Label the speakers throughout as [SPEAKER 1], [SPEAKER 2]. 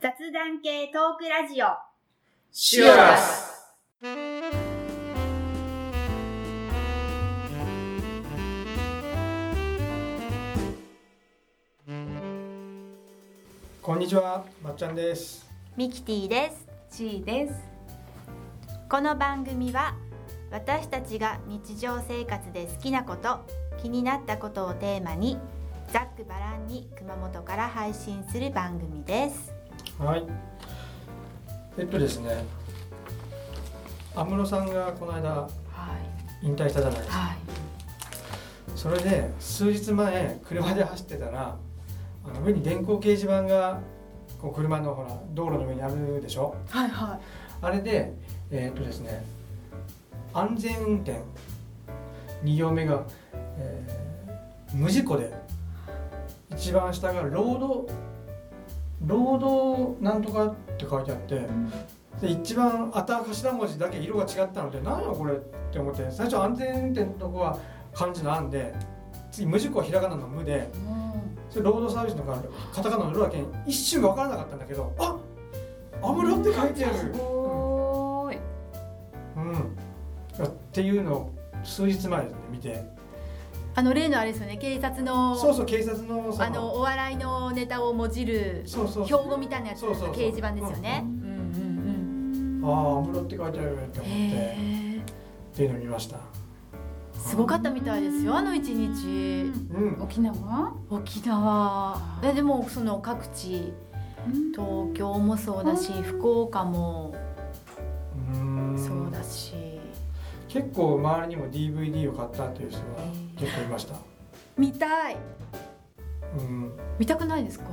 [SPEAKER 1] 雑談系トークラジオ。
[SPEAKER 2] シュアスこんにちは、まっちゃんです。
[SPEAKER 1] ミキティです。
[SPEAKER 3] ちーです。
[SPEAKER 1] この番組は私たちが日常生活で好きなこと気になったことをテーマにざっくばらんに熊本から配信する番組です
[SPEAKER 2] はい。えっとですね。安室さんがこの間
[SPEAKER 3] はい。
[SPEAKER 2] 引退したじゃないですか。
[SPEAKER 3] はい。
[SPEAKER 2] それで数日前車で走ってたら、あの上に電光掲示板がこう車のほら道路の上にあるでしょ。
[SPEAKER 3] はい。は
[SPEAKER 2] あれで、えーっとですね、安全運転2行目が、えー無事故で一番下が労働労働なんとかって書いてあってで一番頭頭文字だけ色が違ったので何やこれって思って最初安全運転のとこは漢字の「安」で次無事故はひらがなの「無」で。
[SPEAKER 3] い。も
[SPEAKER 2] それ労働サービスのかカタカナのルだけに一瞬分からなかったんだけどあ油って書いてある
[SPEAKER 3] う。おーい。
[SPEAKER 2] うん、っていうのを数日前ですね見て
[SPEAKER 3] あの例のあれですよね。警察の。
[SPEAKER 2] そうそう警察のその
[SPEAKER 3] あのお笑いのネタをもじる。
[SPEAKER 2] そうそう
[SPEAKER 3] 標語みたいなやつ
[SPEAKER 2] そう
[SPEAKER 3] の
[SPEAKER 2] そうそう
[SPEAKER 3] 掲示板ですよね。うんうん
[SPEAKER 2] ああ安室って書いてあるって
[SPEAKER 3] うん。
[SPEAKER 2] 思って
[SPEAKER 3] へえ。
[SPEAKER 2] っていうのを見ました
[SPEAKER 3] すごかったみたいですよ。あの一日。
[SPEAKER 2] うん
[SPEAKER 4] 沖縄
[SPEAKER 3] 沖縄。え、でも、その各地。東京もそうだし、福岡も。
[SPEAKER 2] うん
[SPEAKER 3] そうだし。
[SPEAKER 2] 結構周りにも DVD を買ったという人が結構いました
[SPEAKER 3] 見たい。
[SPEAKER 2] うん
[SPEAKER 3] 見たくないですか。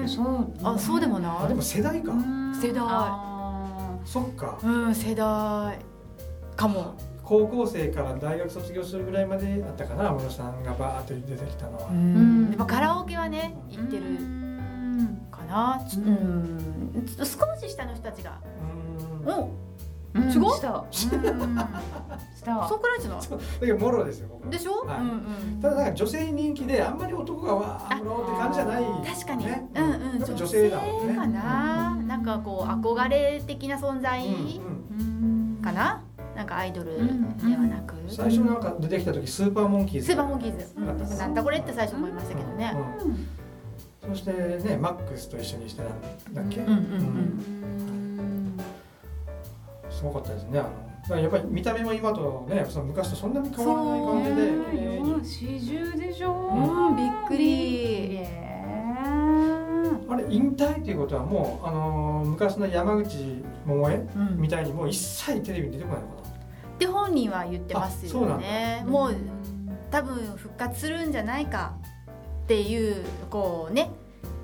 [SPEAKER 4] ねそう
[SPEAKER 3] あ、そうでもな
[SPEAKER 2] あ
[SPEAKER 3] い
[SPEAKER 2] で。も世代か
[SPEAKER 3] 世代
[SPEAKER 4] あ
[SPEAKER 2] そっか
[SPEAKER 3] うん世代かも、
[SPEAKER 2] 高校生から大学卒業するぐらいまでだったかな安室さんがバーって出てきたのは
[SPEAKER 3] やっぱカラオケはね行ってるかな、ちょ
[SPEAKER 4] う
[SPEAKER 3] うん、ちょっと少し下の人たちが
[SPEAKER 2] うんだ
[SPEAKER 3] お
[SPEAKER 4] ーうん
[SPEAKER 3] 違う
[SPEAKER 4] した うんした
[SPEAKER 3] そうくらいじゃない
[SPEAKER 2] けどもろですよここ
[SPEAKER 3] でしょ、
[SPEAKER 2] はい
[SPEAKER 3] うんうん
[SPEAKER 2] ただなんか女性に人気であんまり男がわあ安室って感じじゃない
[SPEAKER 3] 確かに、
[SPEAKER 2] ね
[SPEAKER 3] うんうん
[SPEAKER 2] やっぱ女性だもんね
[SPEAKER 3] かな、なんかこう憧れ的な存在
[SPEAKER 2] うん
[SPEAKER 4] うん
[SPEAKER 3] かな、なんかアイドルではなく、
[SPEAKER 2] うん最初なんか出てきた時スーパーモンキーズ
[SPEAKER 3] スーパーモンキーズ、
[SPEAKER 2] うん
[SPEAKER 3] なんだこれって最初思いましたけどね、
[SPEAKER 4] うん
[SPEAKER 2] うんそしてねマックスと一緒にしてなんだっけ、
[SPEAKER 3] うんうんうん
[SPEAKER 4] うん
[SPEAKER 2] すごかったですねあのだからやっぱり見た目も今とねその昔とそんなに変わらない感じで
[SPEAKER 4] ね
[SPEAKER 2] 綺麗に
[SPEAKER 4] 四四十でしょ
[SPEAKER 3] うんびっくり
[SPEAKER 4] え
[SPEAKER 2] あれ引退っていうことはもう、あのー昔の山口百恵
[SPEAKER 3] うん
[SPEAKER 2] みたいにもう一切テレビに出てこないのかな
[SPEAKER 3] って本人は言ってます
[SPEAKER 2] あそうな
[SPEAKER 3] よ
[SPEAKER 2] ん
[SPEAKER 3] ね。もう多分復活するんじゃないかっていうこうね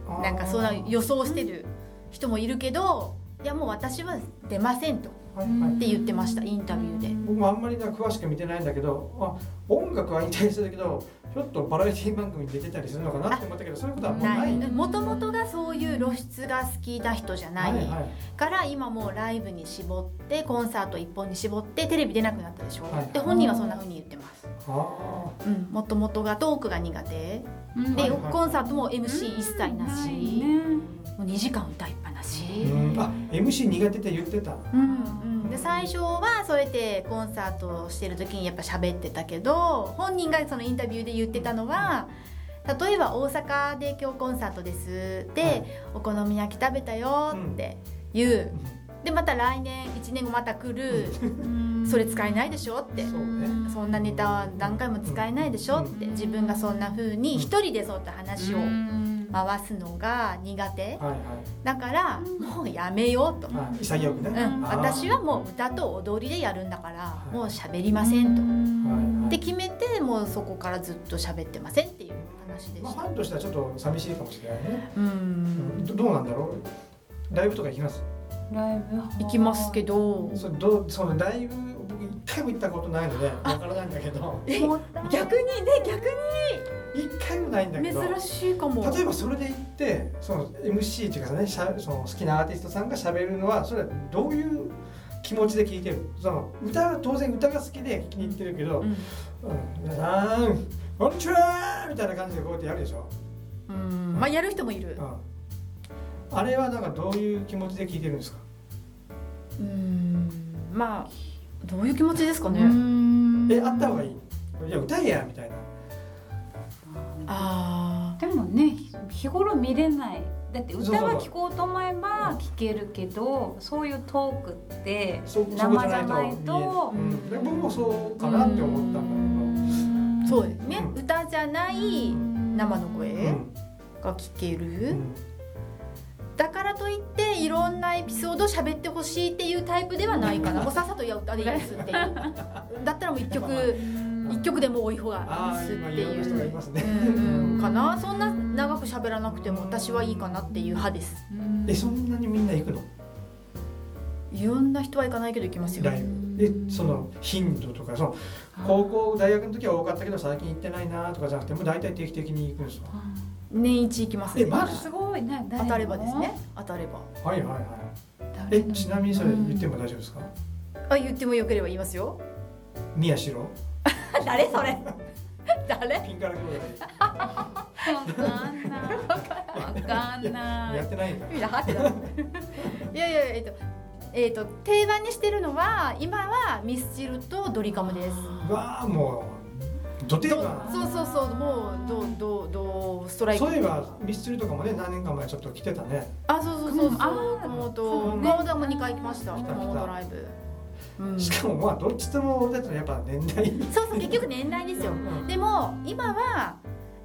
[SPEAKER 2] あー
[SPEAKER 3] なんかそんな予想してる人もいるけど、いやもう私は出ませんとっ
[SPEAKER 2] はいはい
[SPEAKER 3] て言ってましたインタビューで。
[SPEAKER 2] 僕もあんまりな詳しく見てないんだけどあ音楽は引退してるけどひょっとバラエティ番組に出てたりするのかなって思ったけどそういうことはもうな
[SPEAKER 3] ないいもともとがそういう露出が好きな人じゃない
[SPEAKER 2] はいはい
[SPEAKER 3] から今もうライブに絞ってコンサート一本に絞ってテレビ出なくなったでしょ
[SPEAKER 2] はい
[SPEAKER 3] で本人はそんな風に言ってます
[SPEAKER 2] あ
[SPEAKER 3] うんもともとがトークが苦手
[SPEAKER 4] うん
[SPEAKER 2] はい
[SPEAKER 3] で
[SPEAKER 2] はい
[SPEAKER 3] コンサートも MC 一切なし、
[SPEAKER 4] ないね
[SPEAKER 3] もう2時間歌いっぱなし、
[SPEAKER 2] ー、うん、あ MC 苦手って言ってた
[SPEAKER 3] うんうんで最初はそうやってコンサートをしてる時にやっぱ喋ってたけど本人がそのインタビューで言ってたのは例えば大阪で今日コンサートですで、
[SPEAKER 2] はい
[SPEAKER 3] お好み焼き食べたよって言う、でまた来年1年後また来る、それ使えないでしょって
[SPEAKER 2] そうね
[SPEAKER 3] そんなネタは何回も使えないでしょって自分がそんな風に一人でそうやって話を回すのが苦手
[SPEAKER 2] はいはい
[SPEAKER 3] だからもうやめようと。
[SPEAKER 2] はい潔くね、
[SPEAKER 3] うん、
[SPEAKER 2] あー
[SPEAKER 3] 私はもう歌と踊りでやるんだから
[SPEAKER 2] い
[SPEAKER 3] もう喋りませんと。
[SPEAKER 2] はいはい
[SPEAKER 3] って決めてもうそこからずっと喋ってませんっていう話で
[SPEAKER 2] まあ、
[SPEAKER 3] し
[SPEAKER 2] フ
[SPEAKER 3] た。
[SPEAKER 2] ァンとしてはちょっと寂しいかもしれないね、
[SPEAKER 3] う
[SPEAKER 2] うん
[SPEAKER 3] ん、
[SPEAKER 2] どどうなんだろうライブとか行きます
[SPEAKER 4] ライブ
[SPEAKER 3] 行きますけど
[SPEAKER 2] それどうそのライブ僕一回も行ったことないのでわからないんだけど
[SPEAKER 3] え逆にね逆
[SPEAKER 2] 一回もないんだけど
[SPEAKER 3] に珍しいかも。
[SPEAKER 2] 例えばそれで行ってその MC っていうかねしゃその好きなアーティストさんがしゃべるのはそれはどういう気持ちで聞いてるその歌は当然歌が好きで気に入ってるけど
[SPEAKER 3] うん
[SPEAKER 2] 「うん、皆さんこんにちは!」みたいな感じでこうやってやるでしょ、
[SPEAKER 3] うん、まあやる人もいる
[SPEAKER 2] うん。ああれはなんかどういう気持ちで聞いてるんですか
[SPEAKER 4] うんまあどういう気持ちですかね、
[SPEAKER 2] えあった方がいいいや歌えやみたいな
[SPEAKER 3] あ
[SPEAKER 4] でもねひ日頃見れないだって
[SPEAKER 2] そうそう
[SPEAKER 4] 歌
[SPEAKER 2] そう
[SPEAKER 4] は聴こうと思えば聴けるけどそういうトークって
[SPEAKER 2] そ
[SPEAKER 4] 生
[SPEAKER 2] そ
[SPEAKER 4] じゃ
[SPEAKER 2] こじゃな
[SPEAKER 4] ないい
[SPEAKER 2] と
[SPEAKER 4] と
[SPEAKER 2] 見えうんで僕もそうかなって思ったんだ
[SPEAKER 3] あそうですね、
[SPEAKER 2] うん
[SPEAKER 3] 歌じゃない生の声
[SPEAKER 2] けど
[SPEAKER 3] が聞ける、
[SPEAKER 2] うんうん
[SPEAKER 3] だからといっていろんなエピソード喋ってほしいっていうタイプではないかなもうさっさとや歌でいいです っていうだったらもう一曲一曲でも多い方が
[SPEAKER 2] あ
[SPEAKER 3] いい
[SPEAKER 2] あ
[SPEAKER 3] です
[SPEAKER 2] 今
[SPEAKER 3] っ
[SPEAKER 2] い
[SPEAKER 3] て
[SPEAKER 2] ろんな人が
[SPEAKER 3] い
[SPEAKER 2] いうますね
[SPEAKER 3] うんうんかなそんな長く喋らなくても私はいいかなっていう派です
[SPEAKER 4] うん
[SPEAKER 2] えそんなにみんな行くの
[SPEAKER 3] いろんな人は行かないけど行きますよ
[SPEAKER 2] ライブでその頻度とかその高校大学の時は多かったけど最近行ってないなとかじゃなくてもう大体定期的に行くんですか
[SPEAKER 4] あ
[SPEAKER 3] 年一行きます
[SPEAKER 2] えマ
[SPEAKER 4] あ
[SPEAKER 2] ジ
[SPEAKER 4] すごいな
[SPEAKER 3] 当たればですね当たれば
[SPEAKER 2] はいはいはい
[SPEAKER 4] 誰
[SPEAKER 2] え
[SPEAKER 4] の
[SPEAKER 2] ちなみにそれ言っても大丈夫ですか
[SPEAKER 3] あ言ってもよければ言いますよ
[SPEAKER 2] 宮城
[SPEAKER 3] 誰それ 誰
[SPEAKER 2] ピンから来る
[SPEAKER 4] わか んないわかんな
[SPEAKER 2] や
[SPEAKER 4] い
[SPEAKER 2] ってないんだ
[SPEAKER 3] みんなハテナいやいやえっとえっと定番にしてるのは今はミスチルとドリカムです
[SPEAKER 2] うわあもう土手
[SPEAKER 3] ど
[SPEAKER 2] が
[SPEAKER 3] そうそうそうもうどうどうどうストライク
[SPEAKER 2] そういえばミスチルとかもね何年か前ちょっと来てたね
[SPEAKER 3] あそうそうそうそう
[SPEAKER 4] あー
[SPEAKER 3] 熊本
[SPEAKER 4] そうね
[SPEAKER 3] 熊本はもう2回行きました
[SPEAKER 2] 来た来た
[SPEAKER 3] 熊本ライブ、うん、
[SPEAKER 2] し
[SPEAKER 3] そう
[SPEAKER 2] かもまあどっちとも俺たちのやっぱ年代
[SPEAKER 3] そう結局年代ですよでも今は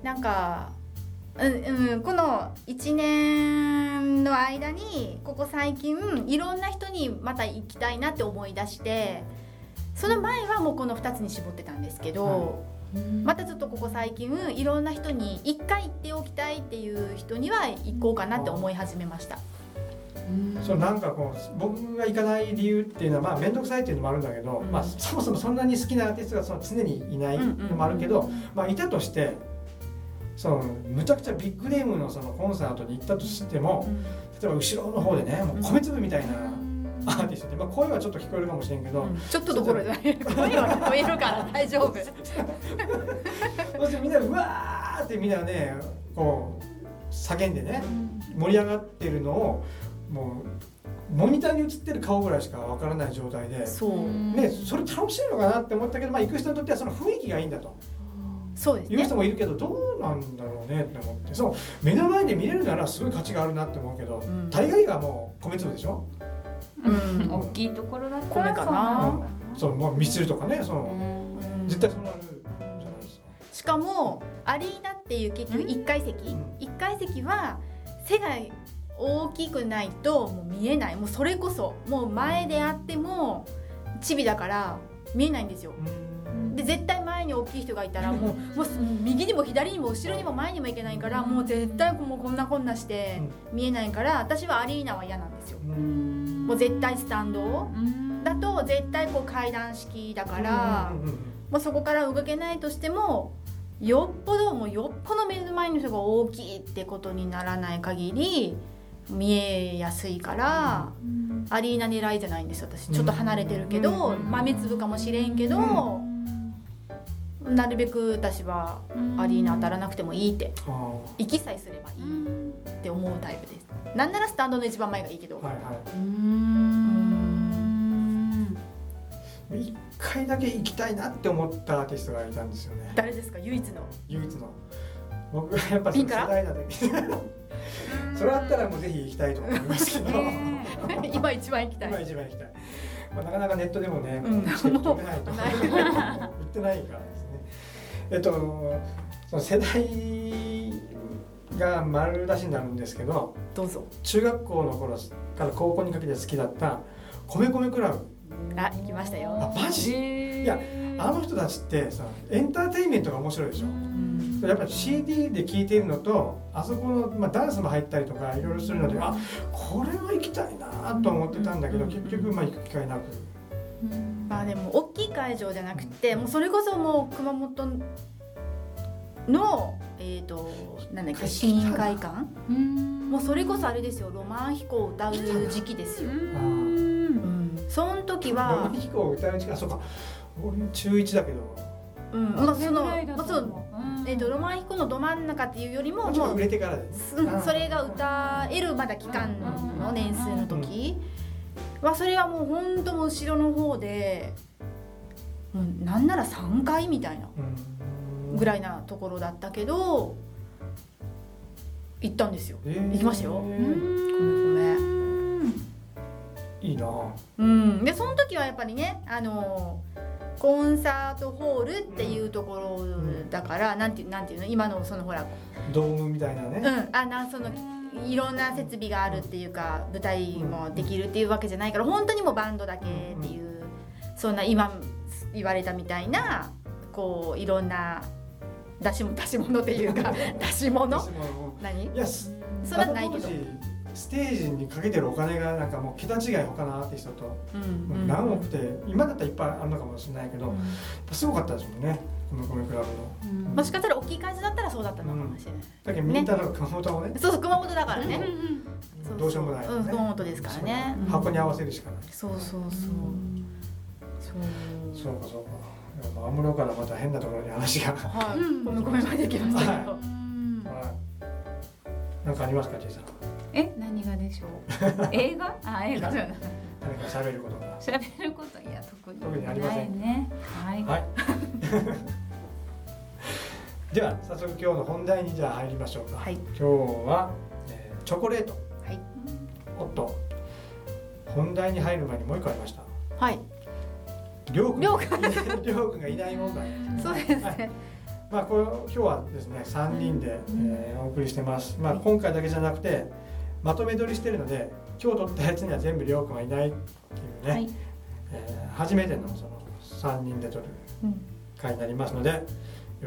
[SPEAKER 3] なんか、うんうん、この1年の間にここ最近いろんな人にまた行きたいなって思い出してその前はもうこの2つに絞ってたんですけど、またちょっとここ最近いろんな人に1回行っておきたいっていう人には行こうかなって思い始めました。
[SPEAKER 2] そうなんかこう僕が行かない理由っていうのはまあ面倒くさいっていうのもあるんだけど、
[SPEAKER 3] うん
[SPEAKER 2] まあ、そもそもそんなに好きなアーティストがその常にいない
[SPEAKER 3] うんうんうん
[SPEAKER 2] のもあるけど、まあ、いたとしてそのむちゃくちゃビッグネームのそのコンサートに行ったとしても例えば後ろの方でねもう米粒みたいなアーティストって、まあ、声はちょっと聞こえるかもしれんけど、
[SPEAKER 3] ちょっとどころじゃない 声は聞こえるから大丈夫
[SPEAKER 2] そしてみんなでうわーってみんなねこう叫んでね盛り上がってるのをもうモニターに映ってる顔ぐらいしかわからない状態で。
[SPEAKER 3] そう
[SPEAKER 2] ね、それ楽しいのかなって思ったけど、まあ、行く人にとってはその雰囲気がいいんだと
[SPEAKER 3] そうです
[SPEAKER 2] いう
[SPEAKER 3] ね
[SPEAKER 2] 人もいるけどどうなんだろうねって思ってそう目の前で見れるならすごい価値があるなって思うけど、
[SPEAKER 3] ん
[SPEAKER 2] 大概がもう米粒でしょ、
[SPEAKER 3] うん
[SPEAKER 4] 大きいところだった
[SPEAKER 3] 米
[SPEAKER 4] ら
[SPEAKER 3] か
[SPEAKER 4] そうな
[SPEAKER 3] な
[SPEAKER 4] の
[SPEAKER 2] そのまあミスチルとかねその、絶対そうなるじゃないですか。
[SPEAKER 3] しかもアリーナっていう結局1階席
[SPEAKER 2] ん
[SPEAKER 3] 1階席は背が大きくないともう見えないもうそれこそもう前であってもチビだから見えないんですよで絶対前に大きい人がいたらもうもう右にも左にも後ろにも前にもいけないからもう絶対もうこんなこんなして見えないから私はアリーナは嫌なんですよもう絶対スタンドだと絶対こう階段式だから、
[SPEAKER 2] うんうんうん
[SPEAKER 3] まあ、そこから動けないとしてもよっぽどもうよっぽど目の前の人が大きいってことにならない限り見えやすいから、アリーナ狙いじゃないんです私ちょっと離れてるけど、
[SPEAKER 2] うん
[SPEAKER 3] 豆粒かもしれんけど、なるべく私はアリーナ当たらなくてもいいって
[SPEAKER 2] あ
[SPEAKER 3] 息さえすればいいって思うタイプです。なんならスタンドの一番前がいいけど、
[SPEAKER 2] ーはいはい、一回だけ行きたいなって思ったアーティストがいたんですよね
[SPEAKER 3] 誰ですか唯一の
[SPEAKER 2] 唯一の僕がやっぱそ
[SPEAKER 3] ピ
[SPEAKER 2] の
[SPEAKER 3] ン
[SPEAKER 2] 世
[SPEAKER 3] から
[SPEAKER 2] 代だった時それだったらもうぜひ行きたいと思いますけど
[SPEAKER 3] 今一番行きたい
[SPEAKER 2] 今一番行きたい、まあ、なかなかネットでもね、
[SPEAKER 3] うん
[SPEAKER 2] チケット取れないと
[SPEAKER 3] も
[SPEAKER 2] 売
[SPEAKER 3] うない
[SPEAKER 2] って ないからですねえっとその世代が丸出しになるんですけど
[SPEAKER 3] どうぞ
[SPEAKER 2] 中学校の頃から高校にかけて好きだった米米クラブ
[SPEAKER 3] あ行きましたよ
[SPEAKER 2] あマジ
[SPEAKER 4] い
[SPEAKER 2] いやあの人たちってさエンターテインメントが面白いでしょやっぱり CD で聴いているのとあそこの、まあ、ダンスも入ったりとかいろいろするのであこれは行きたいなと思ってたんだけど結局まあ行く機会なく
[SPEAKER 3] まあでも大きい会場じゃなくてもうそれこそもう熊本のえっ、となんだっけ市民会館もうそれこそあれですよロマン飛行を歌う時期ですよ、うん、その時は
[SPEAKER 2] 生、飛行を歌う時間そうか俺中1だけど
[SPEAKER 3] うんまあ、そのまあそので泥マン弾くのど真ん中っていうよりも
[SPEAKER 2] もちろ
[SPEAKER 3] も
[SPEAKER 2] ん
[SPEAKER 3] う
[SPEAKER 2] 売れてからです
[SPEAKER 3] すうんそれが歌えるまだ期間の年数の時はそれはもうほんともう後ろの方でもうなんなら3回みたいなぐ
[SPEAKER 2] らい
[SPEAKER 3] らいなところだったけど行ったんですよ行きましたよ。
[SPEAKER 2] いいなぁ
[SPEAKER 3] うん、でその時はやっぱりねあのコンサートホールっていうところだから、なんてなんていうの今のそのほら、
[SPEAKER 2] ドームみたいな
[SPEAKER 3] う
[SPEAKER 2] ね
[SPEAKER 3] ん、あなんそのいろんな設備があるっていうか舞台もできるっていうわけじゃないから本当にもうバンドだけっていうそんな今言われたみたいなこういろんな出し物出し物っていうか 出し物
[SPEAKER 2] 私も
[SPEAKER 3] 何
[SPEAKER 2] いやす
[SPEAKER 3] それはない
[SPEAKER 2] あ
[SPEAKER 3] けど
[SPEAKER 2] の当時ステージにかけてるお金がなんかもう桁違い他のアーティストと
[SPEAKER 3] うん
[SPEAKER 2] 何億って今だったらいっぱいあるのかもしれないけどすごかったですもんねこの米クラブの
[SPEAKER 3] もしかしたら大きい会社だったらそうだったのかもしれない、
[SPEAKER 2] だけどみんなの熊本もね
[SPEAKER 3] そうそう熊本だからね、そ
[SPEAKER 2] どうしようもないよね
[SPEAKER 3] ん熊本ですからね
[SPEAKER 2] そう箱に合わせるしかない
[SPEAKER 3] そうそうそう
[SPEAKER 2] そ
[SPEAKER 3] そう
[SPEAKER 2] うかそうかでも安室からまた変なところに話が
[SPEAKER 3] はい、
[SPEAKER 4] うん
[SPEAKER 3] ごめんごめんまで行きましたけど、
[SPEAKER 2] はいなんかありますかジェイさん
[SPEAKER 5] え何がでしょう映画あ映画じゃない
[SPEAKER 2] 誰か喋ることが
[SPEAKER 5] 喋ることいや特に
[SPEAKER 2] 特にありません
[SPEAKER 5] ないねはい
[SPEAKER 2] はい では早速今日の本題にじゃあ入りましょうか、
[SPEAKER 3] はい
[SPEAKER 2] 今日は、えーチョコレート
[SPEAKER 3] はい
[SPEAKER 2] おっと本題に入る前にもう一個ありま した
[SPEAKER 3] はい、
[SPEAKER 2] りょうくんりょ うくんがいない問題
[SPEAKER 3] そうですね、
[SPEAKER 2] はいまあ、これ今日はですね3人で、えーお送りしてます、まあ、今回だけじゃなくてまとめ撮りしてるので今日撮ったやつには全部りょうくんはいないっていうね、
[SPEAKER 5] はい
[SPEAKER 2] えー初めてのその3人で撮る
[SPEAKER 3] うん
[SPEAKER 2] 回になりますのでよ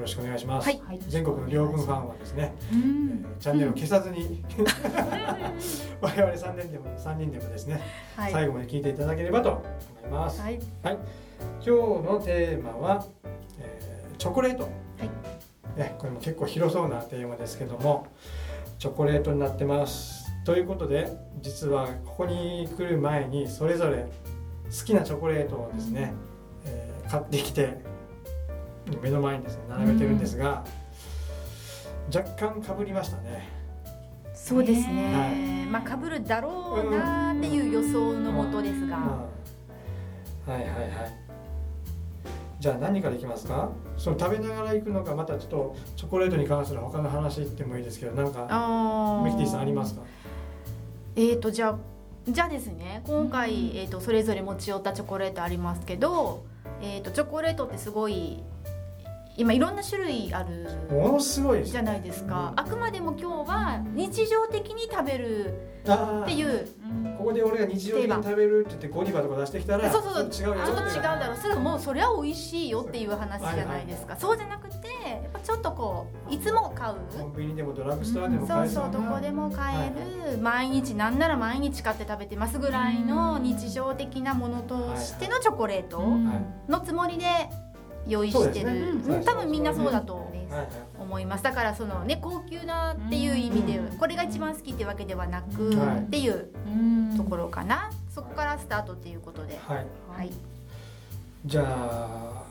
[SPEAKER 2] ろしくお願いします、
[SPEAKER 3] はい
[SPEAKER 2] 全国のりょうくんファンはですね、
[SPEAKER 5] う
[SPEAKER 2] え
[SPEAKER 5] ん
[SPEAKER 2] ーチャンネルを消さずに 我々3人でも3人でもですね、
[SPEAKER 3] はい
[SPEAKER 2] 最後まで聞いていただければと思います、
[SPEAKER 3] はい
[SPEAKER 2] 今日のテーマは、えーチョコレート、ね、これも結構広そうなテーマですけどもチョコレートになってますということで実はここに来る前にそれぞれ好きなチョコレートをですね、えー買ってきて目の前にですね並べてるんですが、若干かぶりましたね
[SPEAKER 3] そうです
[SPEAKER 2] は
[SPEAKER 3] ね、まあかぶるだろうなーっていう予想のもとですが、
[SPEAKER 2] はいはいはいじゃあ何からいきますかその食べながら行くのかまたちょっとチョコレートに関する他の話行ってもいいですけどなんか
[SPEAKER 3] ああ
[SPEAKER 2] ミキティさんあります
[SPEAKER 3] か
[SPEAKER 2] か
[SPEAKER 3] えーとじゃあじゃあですね今回、えー、とそれぞれ持ち寄ったチョコレートありますけど、えー、とチョコレートってすごい今いろんな種類ある
[SPEAKER 2] ものすごいです
[SPEAKER 3] じゃ
[SPEAKER 2] ね
[SPEAKER 3] ないですか、あくまでも今日は日常的に食べる
[SPEAKER 2] あ
[SPEAKER 3] って
[SPEAKER 2] ー
[SPEAKER 3] いう
[SPEAKER 2] ここで俺が日常的に食べるって言ってゴディバとか出してきたら
[SPEAKER 3] そうそうそう
[SPEAKER 2] ちょっと違うよ
[SPEAKER 3] ちょっと違うだろうそれはもうそれは美味しいよっていう話じゃないですか、そうじゃなくてやっぱちょっとこういつも買う
[SPEAKER 2] コンビニでもドラッグストアでも
[SPEAKER 3] そ
[SPEAKER 2] 買
[SPEAKER 3] う
[SPEAKER 2] えそう
[SPEAKER 3] そ
[SPEAKER 2] な
[SPEAKER 3] うどこでも買える、毎日なんなら毎日買って食べてますぐらいの日常的なものとしてのチョコレート
[SPEAKER 5] うん
[SPEAKER 2] はい
[SPEAKER 3] のつもりで用意
[SPEAKER 2] そう
[SPEAKER 3] し
[SPEAKER 2] で
[SPEAKER 3] て
[SPEAKER 2] す
[SPEAKER 3] る、
[SPEAKER 2] ね
[SPEAKER 3] うん多分みんなそうだと
[SPEAKER 2] はい
[SPEAKER 3] 思いますだからそのね高級なっていう意味で
[SPEAKER 5] うん
[SPEAKER 3] これが一番好きってわけではなく
[SPEAKER 2] はい
[SPEAKER 3] っていう
[SPEAKER 5] うん
[SPEAKER 3] ところかなそこからスタートっていうことで
[SPEAKER 2] はい、はい、
[SPEAKER 3] はい
[SPEAKER 2] じゃあ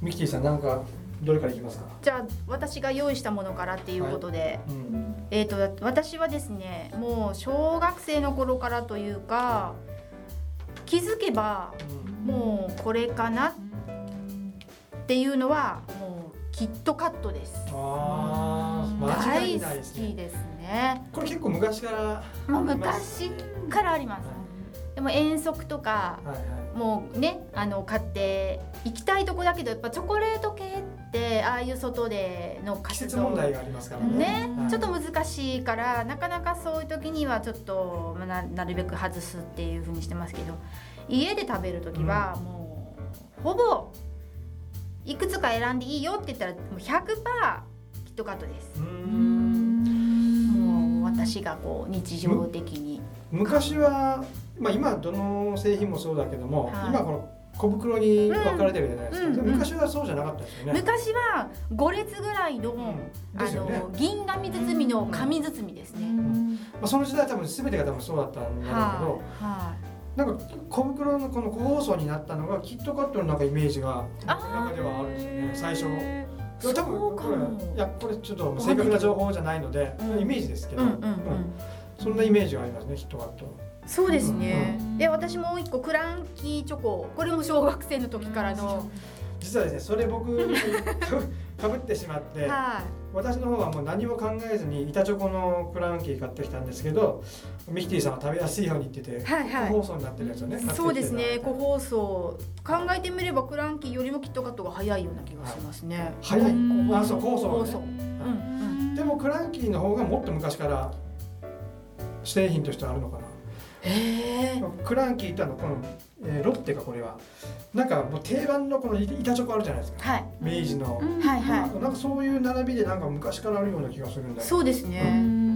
[SPEAKER 2] ミキティさんなんかどれからいきますか、
[SPEAKER 3] じゃあ私が用意したものからっていうことで、
[SPEAKER 2] うん、
[SPEAKER 3] えー、と私はですねもう小学生の頃からというか気づけばもうこれかなっていうのはもうキットカットです
[SPEAKER 2] ああ、間違
[SPEAKER 3] 大
[SPEAKER 2] い
[SPEAKER 3] 好
[SPEAKER 2] ないです
[SPEAKER 3] き
[SPEAKER 2] ね。
[SPEAKER 3] ですね
[SPEAKER 2] これ結構昔から。
[SPEAKER 3] もう昔からありますでも遠足とか
[SPEAKER 2] はいは
[SPEAKER 3] もうねあの買って行きたいとこだけどやっぱチョコレート系ってああいう外での
[SPEAKER 2] い。季
[SPEAKER 3] 活
[SPEAKER 2] 節
[SPEAKER 3] 動
[SPEAKER 2] 問題がありますからね。
[SPEAKER 3] ね、
[SPEAKER 2] はい
[SPEAKER 3] ちょっと難しいからなかなかそういう時にはちょっとまあななるべく外すっていう風にしてますけど家で食べる時はもう、ほぼいくつか選んでいいよって言ったらもう100%キットカットです。
[SPEAKER 2] うー
[SPEAKER 5] うんん
[SPEAKER 3] もう私がこう日常的に、
[SPEAKER 2] 昔は、まあ、今どの製品もそうだけども、
[SPEAKER 3] はい
[SPEAKER 2] 今この。小袋に分かれてるじゃないですか。
[SPEAKER 3] うん
[SPEAKER 2] でも昔はそうじゃなかったですよね。
[SPEAKER 3] 昔は5列ぐらいの、
[SPEAKER 2] うんで
[SPEAKER 3] あ
[SPEAKER 2] すよね。
[SPEAKER 3] の銀紙包みの紙包みですね。
[SPEAKER 2] まあ、その時代は多分全てが多分そうだったんだろうけど、
[SPEAKER 3] はい、
[SPEAKER 2] なんか小袋のこの個包装になったのがキットカットのなんかイメージが中ではあるんですよね最初いや多
[SPEAKER 4] そう
[SPEAKER 2] 分
[SPEAKER 4] か
[SPEAKER 2] これ
[SPEAKER 4] も
[SPEAKER 2] いやこれちょっと正確な情報じゃないので、
[SPEAKER 4] うん
[SPEAKER 2] イメージですけど、
[SPEAKER 4] うんうんう
[SPEAKER 2] うん
[SPEAKER 4] ん
[SPEAKER 2] そんなイメージがありますねキットカット
[SPEAKER 3] そうですね
[SPEAKER 5] うん。
[SPEAKER 3] で私もう一個クランキーチョコこれも小学生の時からの、
[SPEAKER 2] 実はですねそれ僕 かぶってしまって
[SPEAKER 3] は
[SPEAKER 2] 私の方はもう何も考えずに板チョコのクランキー買ってきたんですけどミキティさんは食べやすいようにって言っ
[SPEAKER 3] い
[SPEAKER 2] て
[SPEAKER 3] はいはい
[SPEAKER 2] 個包装になってるやつをね、買ってきてた
[SPEAKER 3] そうですね。個包装考えてみればクランキーよりもキットカットが早いような気がしますね。
[SPEAKER 2] 早い
[SPEAKER 5] うん
[SPEAKER 2] あそう個
[SPEAKER 3] 個
[SPEAKER 2] 包
[SPEAKER 3] 包
[SPEAKER 2] 装
[SPEAKER 3] 装
[SPEAKER 2] ね、
[SPEAKER 4] うん
[SPEAKER 2] は
[SPEAKER 4] うん
[SPEAKER 2] いでもクランキーの方がもっと昔から製品としてあるのかな
[SPEAKER 3] え
[SPEAKER 2] クランキーってあのこの、えーロッテかこれはなんかもう定番のこの板チョコあるじゃないですか
[SPEAKER 3] はい
[SPEAKER 2] 明治の、
[SPEAKER 3] はい
[SPEAKER 2] あ
[SPEAKER 3] は
[SPEAKER 2] となんかそういう並びでなんか昔からあるような気がするん
[SPEAKER 3] い。
[SPEAKER 2] だけど
[SPEAKER 3] そうですね。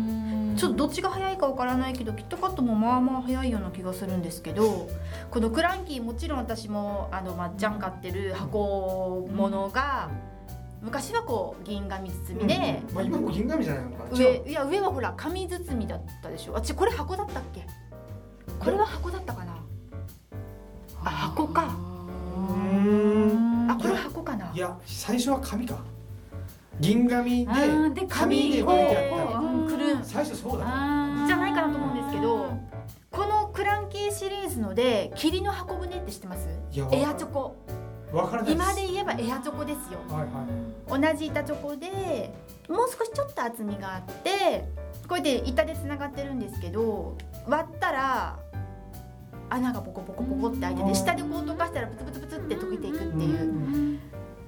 [SPEAKER 3] ちょっと
[SPEAKER 5] と
[SPEAKER 3] どっちが早いかわからないけどキットカットもまあまあ早いような気がするんですけどこのクランキーもちろん私もあのまっちゃん買ってる箱ものが昔はこう銀紙包みで、
[SPEAKER 2] うんまあ、今も銀紙じゃないのかな違う
[SPEAKER 3] 上いや上はほら紙包みだったでしょあちこれ箱だったっけこれは箱だったかなあ箱か
[SPEAKER 2] うーん
[SPEAKER 3] あこれ箱かない
[SPEAKER 2] や最初は紙か銀紙で
[SPEAKER 5] あーで
[SPEAKER 2] 紙
[SPEAKER 5] 紙
[SPEAKER 2] で巻いて
[SPEAKER 5] を
[SPEAKER 2] あっ
[SPEAKER 5] うん
[SPEAKER 3] くるん
[SPEAKER 2] た最初そうだった
[SPEAKER 5] じ
[SPEAKER 3] じゃないかなと思うんですけどこのクランキーシリーズので霧の箱舟って知ってます
[SPEAKER 2] いやわか
[SPEAKER 3] エアチョコ
[SPEAKER 2] わからない
[SPEAKER 3] 今で言えばエアチョコですよ
[SPEAKER 2] はいはい
[SPEAKER 3] 同じ板チョコでもう少しちょっと厚みがあってこうやって板でつながってるんですけど割ったら穴がポコポコポコって開いて
[SPEAKER 2] う
[SPEAKER 3] て
[SPEAKER 2] ん
[SPEAKER 3] 下でこう溶かしたらプツプツプツって溶けていくって
[SPEAKER 2] ん
[SPEAKER 3] いう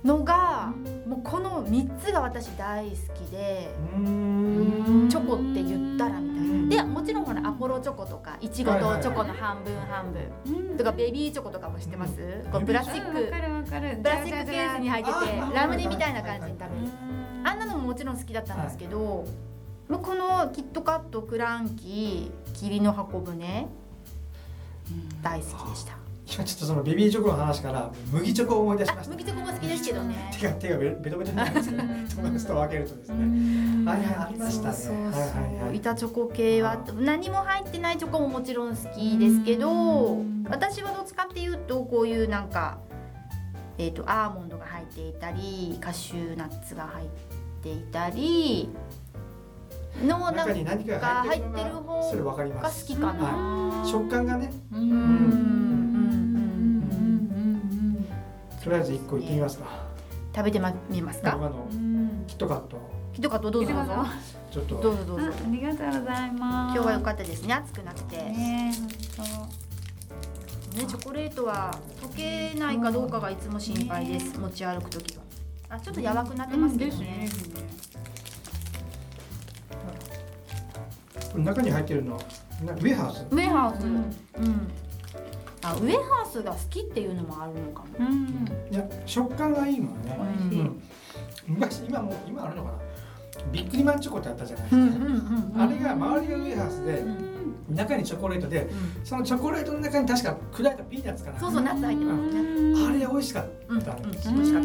[SPEAKER 3] のがもうこの3つが私大好きで
[SPEAKER 2] うん
[SPEAKER 3] チョコって言ったらみたい
[SPEAKER 2] うん
[SPEAKER 3] なでもちろんほらアポロチョコとかいちごとチョコの半分半分とかベビーチョコとかも知ってますこうプラスチッ
[SPEAKER 5] わ
[SPEAKER 3] ク
[SPEAKER 5] かるわかる
[SPEAKER 3] プラスチックケースに入ってて
[SPEAKER 2] あー
[SPEAKER 3] ラムネみたいな感じに食べるあんなのももちろん好きだったんですけど、まあ、このキットカットクランキー霧の箱舟大好きでした
[SPEAKER 2] 今ちょっとそのベビーチョコの話から麦チョコを思い出しま
[SPEAKER 3] あ
[SPEAKER 2] した
[SPEAKER 3] 麦チョコも好きですけどね
[SPEAKER 2] 手が手がベベトベトになるんですけど友達と分けるとですねはいはいありましたね
[SPEAKER 3] そうそう
[SPEAKER 2] はいはい
[SPEAKER 3] そ
[SPEAKER 2] は
[SPEAKER 3] う
[SPEAKER 2] い
[SPEAKER 3] 板チョコ系は何も入ってないチョコももちろん好きですけど私はどっちかっていうとこういうなんかえっ、とアーモンドが入っていたりカシューナッツが入っていたりの
[SPEAKER 2] 中
[SPEAKER 3] なんか
[SPEAKER 2] に何かが入ってるの
[SPEAKER 3] が入ってる
[SPEAKER 2] が
[SPEAKER 3] 方
[SPEAKER 2] それ分かりま
[SPEAKER 3] が好
[SPEAKER 2] す
[SPEAKER 3] きかな、
[SPEAKER 2] 食感がね
[SPEAKER 5] う
[SPEAKER 3] うんうん
[SPEAKER 5] ん
[SPEAKER 3] うんうん
[SPEAKER 2] とりあえず一個いってみますか
[SPEAKER 3] 食べてまみます
[SPEAKER 2] 今
[SPEAKER 3] か。
[SPEAKER 2] のキットカット
[SPEAKER 3] ひどかったどうぞどうぞ。
[SPEAKER 2] ちょっと
[SPEAKER 3] どうぞどうぞ。
[SPEAKER 5] ありがとうございます
[SPEAKER 3] 今日は良かったですね。暑くなくて。ね、
[SPEAKER 5] ねえ本
[SPEAKER 3] チョコレートは溶けないかどうかがいつも心配です。持ち歩くときは。あ、ちょっとやばくなって
[SPEAKER 5] 当
[SPEAKER 3] ますけどね。
[SPEAKER 5] すね
[SPEAKER 2] 中に入ってるのなウェハース
[SPEAKER 3] ウェハース。
[SPEAKER 5] う
[SPEAKER 3] うんん。あ、ウェハースが好きっていうのもあるのかも。
[SPEAKER 5] うん
[SPEAKER 2] いや食感がいいもんね、
[SPEAKER 5] 美味しい
[SPEAKER 2] うん昔今もう今あるのかなビックリマンチョコってあったじゃないです
[SPEAKER 3] う
[SPEAKER 2] か、
[SPEAKER 3] んうん
[SPEAKER 2] あれが周りがウェハースで中にチョコレートで
[SPEAKER 3] うん。
[SPEAKER 2] そのチョコレートの中に確か砕いたピーナッツかな
[SPEAKER 3] そうそう、ナッツ入ってますね。
[SPEAKER 2] あれ美味しかった、
[SPEAKER 3] うんうん
[SPEAKER 2] うん
[SPEAKER 3] 美味しかった。ね、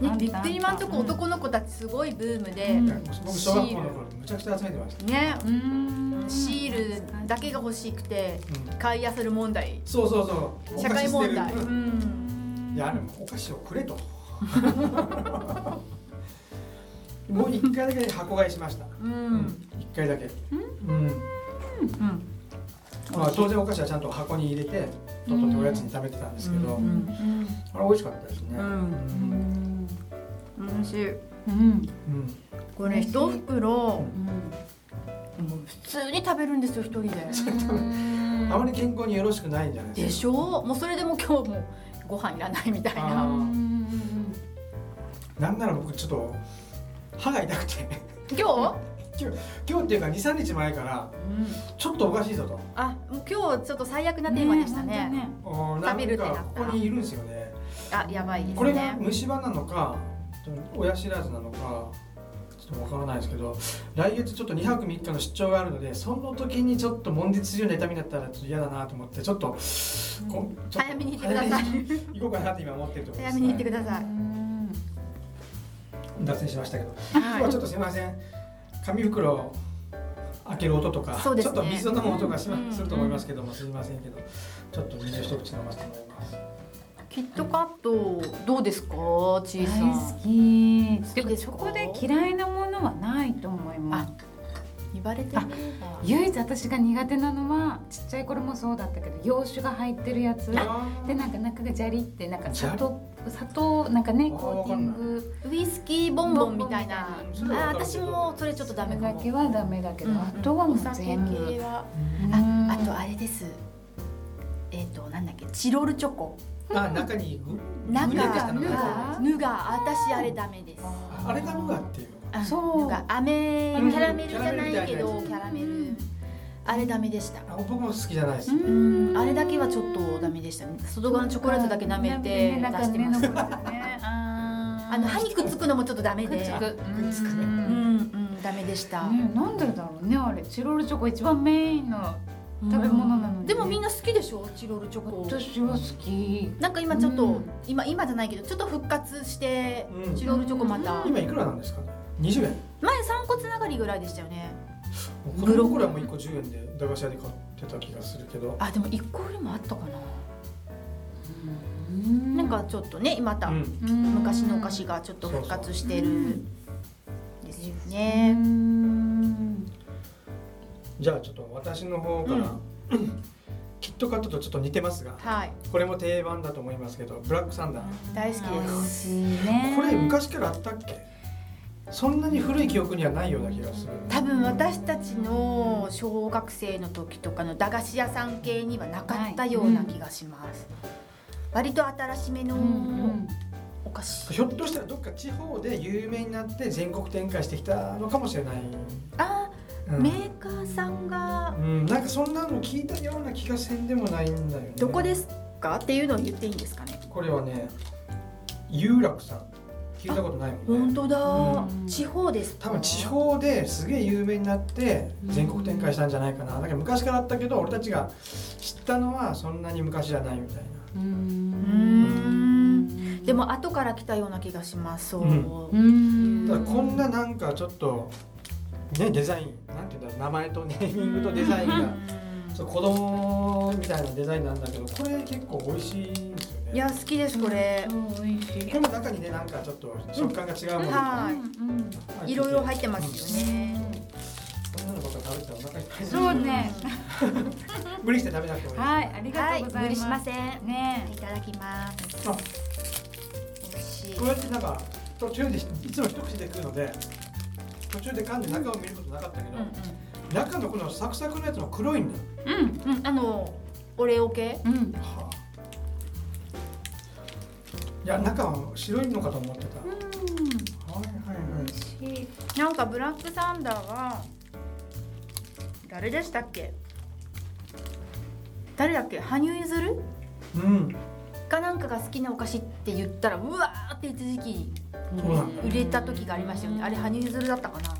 [SPEAKER 2] う
[SPEAKER 5] あった
[SPEAKER 3] ビックリマンチョコ
[SPEAKER 5] うん
[SPEAKER 3] 男の子たちすごいブームで
[SPEAKER 2] ん、い。や僕小学校の頃むちゃくちゃ集めてました、
[SPEAKER 3] ね、
[SPEAKER 5] うん
[SPEAKER 3] シールだけが欲しくて
[SPEAKER 2] うん、
[SPEAKER 3] 買い漁る問題
[SPEAKER 2] そうそうそう
[SPEAKER 3] 社会問題
[SPEAKER 2] お菓子捨てるうん
[SPEAKER 3] うん
[SPEAKER 2] いやあれもお菓子をくれと もう一回だけ箱買いしました
[SPEAKER 3] うん
[SPEAKER 2] 一回だけうんまあ、当然お菓子はちゃんと箱に入れて取っとっておやつに食べてたんですけど、
[SPEAKER 3] うん
[SPEAKER 2] あれ美味しかったですね、
[SPEAKER 3] う
[SPEAKER 2] うん
[SPEAKER 3] ん美味しいこれ一袋もう普通に食べるんですよ一人で
[SPEAKER 2] あまり健康によろしくないんじゃない
[SPEAKER 3] で
[SPEAKER 2] です
[SPEAKER 3] しょもうそれでも今日もご飯いらないみたい
[SPEAKER 2] か
[SPEAKER 3] な
[SPEAKER 2] あーなんなら僕ちょっと歯が痛くて
[SPEAKER 3] 今日
[SPEAKER 2] 今日っていうか23日前からちょっとおかしいぞと
[SPEAKER 3] あもう今日ちょっと最悪なテーマでしたね
[SPEAKER 2] おー
[SPEAKER 3] 食べるって
[SPEAKER 2] な
[SPEAKER 3] なっ
[SPEAKER 2] ん
[SPEAKER 3] た
[SPEAKER 2] かここにいるんですよね
[SPEAKER 3] あやばいです
[SPEAKER 2] これが
[SPEAKER 3] ね
[SPEAKER 2] 虫歯なのか親知らずなのかちょっとわからないですけど来月ちょっと2泊3日の出張があるのでその時にちょっと悶絶するような痛みだったらちょっと嫌だなと思ってちょっと,こ、ちょっと
[SPEAKER 3] 早めに行ってください
[SPEAKER 2] 早めに行こうかなって今思ってるところで
[SPEAKER 3] 早
[SPEAKER 2] す、
[SPEAKER 3] めに行ってください
[SPEAKER 2] 脱線しましたけど今日
[SPEAKER 3] は
[SPEAKER 2] はいちょっとすみません紙袋を開ける音とか、
[SPEAKER 3] そうで
[SPEAKER 2] ち
[SPEAKER 3] す
[SPEAKER 2] ょっ
[SPEAKER 3] ね
[SPEAKER 2] と水を飲む音がしま、
[SPEAKER 3] うんうん
[SPEAKER 2] すると思いますけどもすみませんけどちょっと水を一口飲ませてもらいます
[SPEAKER 3] キットカットどうですか、ちいさ
[SPEAKER 5] 大
[SPEAKER 3] ん。
[SPEAKER 5] 好き
[SPEAKER 3] 好きです
[SPEAKER 5] そ
[SPEAKER 3] か
[SPEAKER 5] こで嫌いなものはないと思います
[SPEAKER 3] 言われてみれば。
[SPEAKER 5] 唯一私が苦手なのはちっちゃい頃もそうだったけど洋酒が入ってるやつでなんか中がジャリってなんか砂糖砂糖なんかね
[SPEAKER 2] あー
[SPEAKER 5] コーティング
[SPEAKER 3] ウイスキーボンボンみたいな。
[SPEAKER 2] それは
[SPEAKER 3] あ、
[SPEAKER 2] わかる
[SPEAKER 3] 私
[SPEAKER 2] けど
[SPEAKER 3] もそれちょっとダメ
[SPEAKER 5] そ
[SPEAKER 3] か
[SPEAKER 5] れだ
[SPEAKER 3] も。
[SPEAKER 5] けはダメだけど、
[SPEAKER 3] うん
[SPEAKER 5] あとはもう
[SPEAKER 3] お酒
[SPEAKER 5] 全部
[SPEAKER 3] 系は。
[SPEAKER 2] うん
[SPEAKER 5] うん
[SPEAKER 3] あとあれです。えっ、となんだっけチロルチョコ。
[SPEAKER 2] あ中にグ
[SPEAKER 3] 中
[SPEAKER 2] グレープしたの
[SPEAKER 5] ヌ
[SPEAKER 2] が
[SPEAKER 5] ガ
[SPEAKER 3] ヌガ私あれダメです。
[SPEAKER 2] あれがヌガっていう
[SPEAKER 3] あ
[SPEAKER 5] そう
[SPEAKER 3] ヌガ飴
[SPEAKER 5] うん
[SPEAKER 3] キャラメルじゃないけど
[SPEAKER 2] キ
[SPEAKER 3] キ
[SPEAKER 2] ャ
[SPEAKER 3] ャラメルあれダメでした。
[SPEAKER 2] あ僕も好きじゃないです、
[SPEAKER 5] うん
[SPEAKER 3] うんあれだけはちょっとダメでしたね。外側のチョコレートだけ舐めて
[SPEAKER 5] ね
[SPEAKER 3] 出
[SPEAKER 5] 中
[SPEAKER 3] して
[SPEAKER 5] 身
[SPEAKER 3] ま
[SPEAKER 5] のこ
[SPEAKER 3] す。
[SPEAKER 5] とねあー
[SPEAKER 3] あの歯にくっつくのもちょっとダメ
[SPEAKER 5] くっ
[SPEAKER 3] で
[SPEAKER 5] つ。く
[SPEAKER 2] くっつくね
[SPEAKER 5] うん
[SPEAKER 3] うんうんダメでした。
[SPEAKER 5] ね、なんでだろうねあれチロルチョコ一番メインの
[SPEAKER 3] うん
[SPEAKER 5] 食べ物なのにね
[SPEAKER 3] でもみんな好きでしょチロルチョコ。
[SPEAKER 5] 私は好き
[SPEAKER 3] なんか今ちょっと、
[SPEAKER 5] うん
[SPEAKER 3] 今今じゃないけどちょっと復活して、
[SPEAKER 2] うん
[SPEAKER 3] チロルチョコまた、
[SPEAKER 2] 今いくらなんですかね20円
[SPEAKER 3] 前散骨ながりぐらいでしたよね
[SPEAKER 2] 子供の頃はもう1個10円で駄菓子屋で買ってた気がするけど
[SPEAKER 3] あでも一個よりもあったかな、
[SPEAKER 5] な
[SPEAKER 3] なんかちょっとねまた、
[SPEAKER 2] うん
[SPEAKER 3] 昔のお菓子
[SPEAKER 5] が
[SPEAKER 3] がちょっと復活してる
[SPEAKER 5] うん
[SPEAKER 3] んですよね、
[SPEAKER 2] じゃあちょっと私の方から、
[SPEAKER 3] うん
[SPEAKER 2] キットカットとちょっと似てますが
[SPEAKER 3] はい
[SPEAKER 2] これも定番だと思いますけどブラックサンダー、
[SPEAKER 3] 大好き
[SPEAKER 5] 美
[SPEAKER 3] で
[SPEAKER 5] 味
[SPEAKER 3] す
[SPEAKER 5] しいね
[SPEAKER 2] これ昔からあったっけそんなに古い記憶にはないような気がする
[SPEAKER 3] 多分私たちの小学生の時とかの駄菓子屋さん系にはなかったような気がします、割と新しめの
[SPEAKER 5] うん
[SPEAKER 3] お菓子、
[SPEAKER 2] ひょっとしたらどっか地方で有名になって全国展開してきたのかもしれない、
[SPEAKER 3] あ
[SPEAKER 2] う
[SPEAKER 3] ー
[SPEAKER 2] ん
[SPEAKER 3] メーカーさんが
[SPEAKER 2] うん、なんかそんなの聞いたような気がせんでもないんだよね
[SPEAKER 3] どこですかっていうのを言っていいんですかね。
[SPEAKER 2] これはね有楽さん聞いたことないもんね
[SPEAKER 3] 本当だ、
[SPEAKER 5] ん
[SPEAKER 3] 地方ですか。
[SPEAKER 2] 多分地方ですげえ有名になって全国展開したんじゃないかなだから昔からあったけど俺たちが知ったのはそんなに昔じゃないみたいな
[SPEAKER 5] う
[SPEAKER 3] うー
[SPEAKER 5] ん
[SPEAKER 3] ん。でも後から来たような気がします。そう。
[SPEAKER 2] う
[SPEAKER 5] うん
[SPEAKER 2] ただこんななんかちょっとねデザインなんていうんだろう名前とネーミングとデザインがそう子供みたいなデザインなんだけどこれ結構美味しいんですよね
[SPEAKER 3] いや好きですこれ。
[SPEAKER 5] そう美味しい
[SPEAKER 2] これも中にねなんかちょっと食感が違うものとか
[SPEAKER 3] は
[SPEAKER 5] うんうん
[SPEAKER 2] 入ってて
[SPEAKER 3] い。いろいろ入ってますよね。
[SPEAKER 2] うんこんなのばっか食べてたらお腹いっぱいになる
[SPEAKER 5] そうね
[SPEAKER 2] 無理して食べなくてもいい
[SPEAKER 5] はいありが
[SPEAKER 3] は
[SPEAKER 5] と
[SPEAKER 3] い。
[SPEAKER 5] うござ
[SPEAKER 3] 無
[SPEAKER 5] い
[SPEAKER 3] 理しま
[SPEAKER 5] ます
[SPEAKER 3] せん。
[SPEAKER 5] ね
[SPEAKER 3] いただきます。
[SPEAKER 2] あ
[SPEAKER 3] 美味しい
[SPEAKER 2] こ。うやってなんか途中でいつも一口で食うので途中で噛んで中を見ることなかったけど、
[SPEAKER 3] う
[SPEAKER 2] 中のこのサクサクのやつも黒いんだよ、
[SPEAKER 5] うん
[SPEAKER 3] んうん。うんあのオレオ系。
[SPEAKER 5] うん
[SPEAKER 2] いや中は白いのかと思ってた、はい
[SPEAKER 5] 美
[SPEAKER 2] はいはい
[SPEAKER 5] 味しい
[SPEAKER 3] なんかブラックサンダーは誰でしたっけ誰だっけ羽生結弦
[SPEAKER 2] うん
[SPEAKER 3] かなんかが好きなお菓子って言ったらうわーって一時期
[SPEAKER 2] そうなんだ
[SPEAKER 3] 売れた時がありましたよねあれ羽生結弦だったかな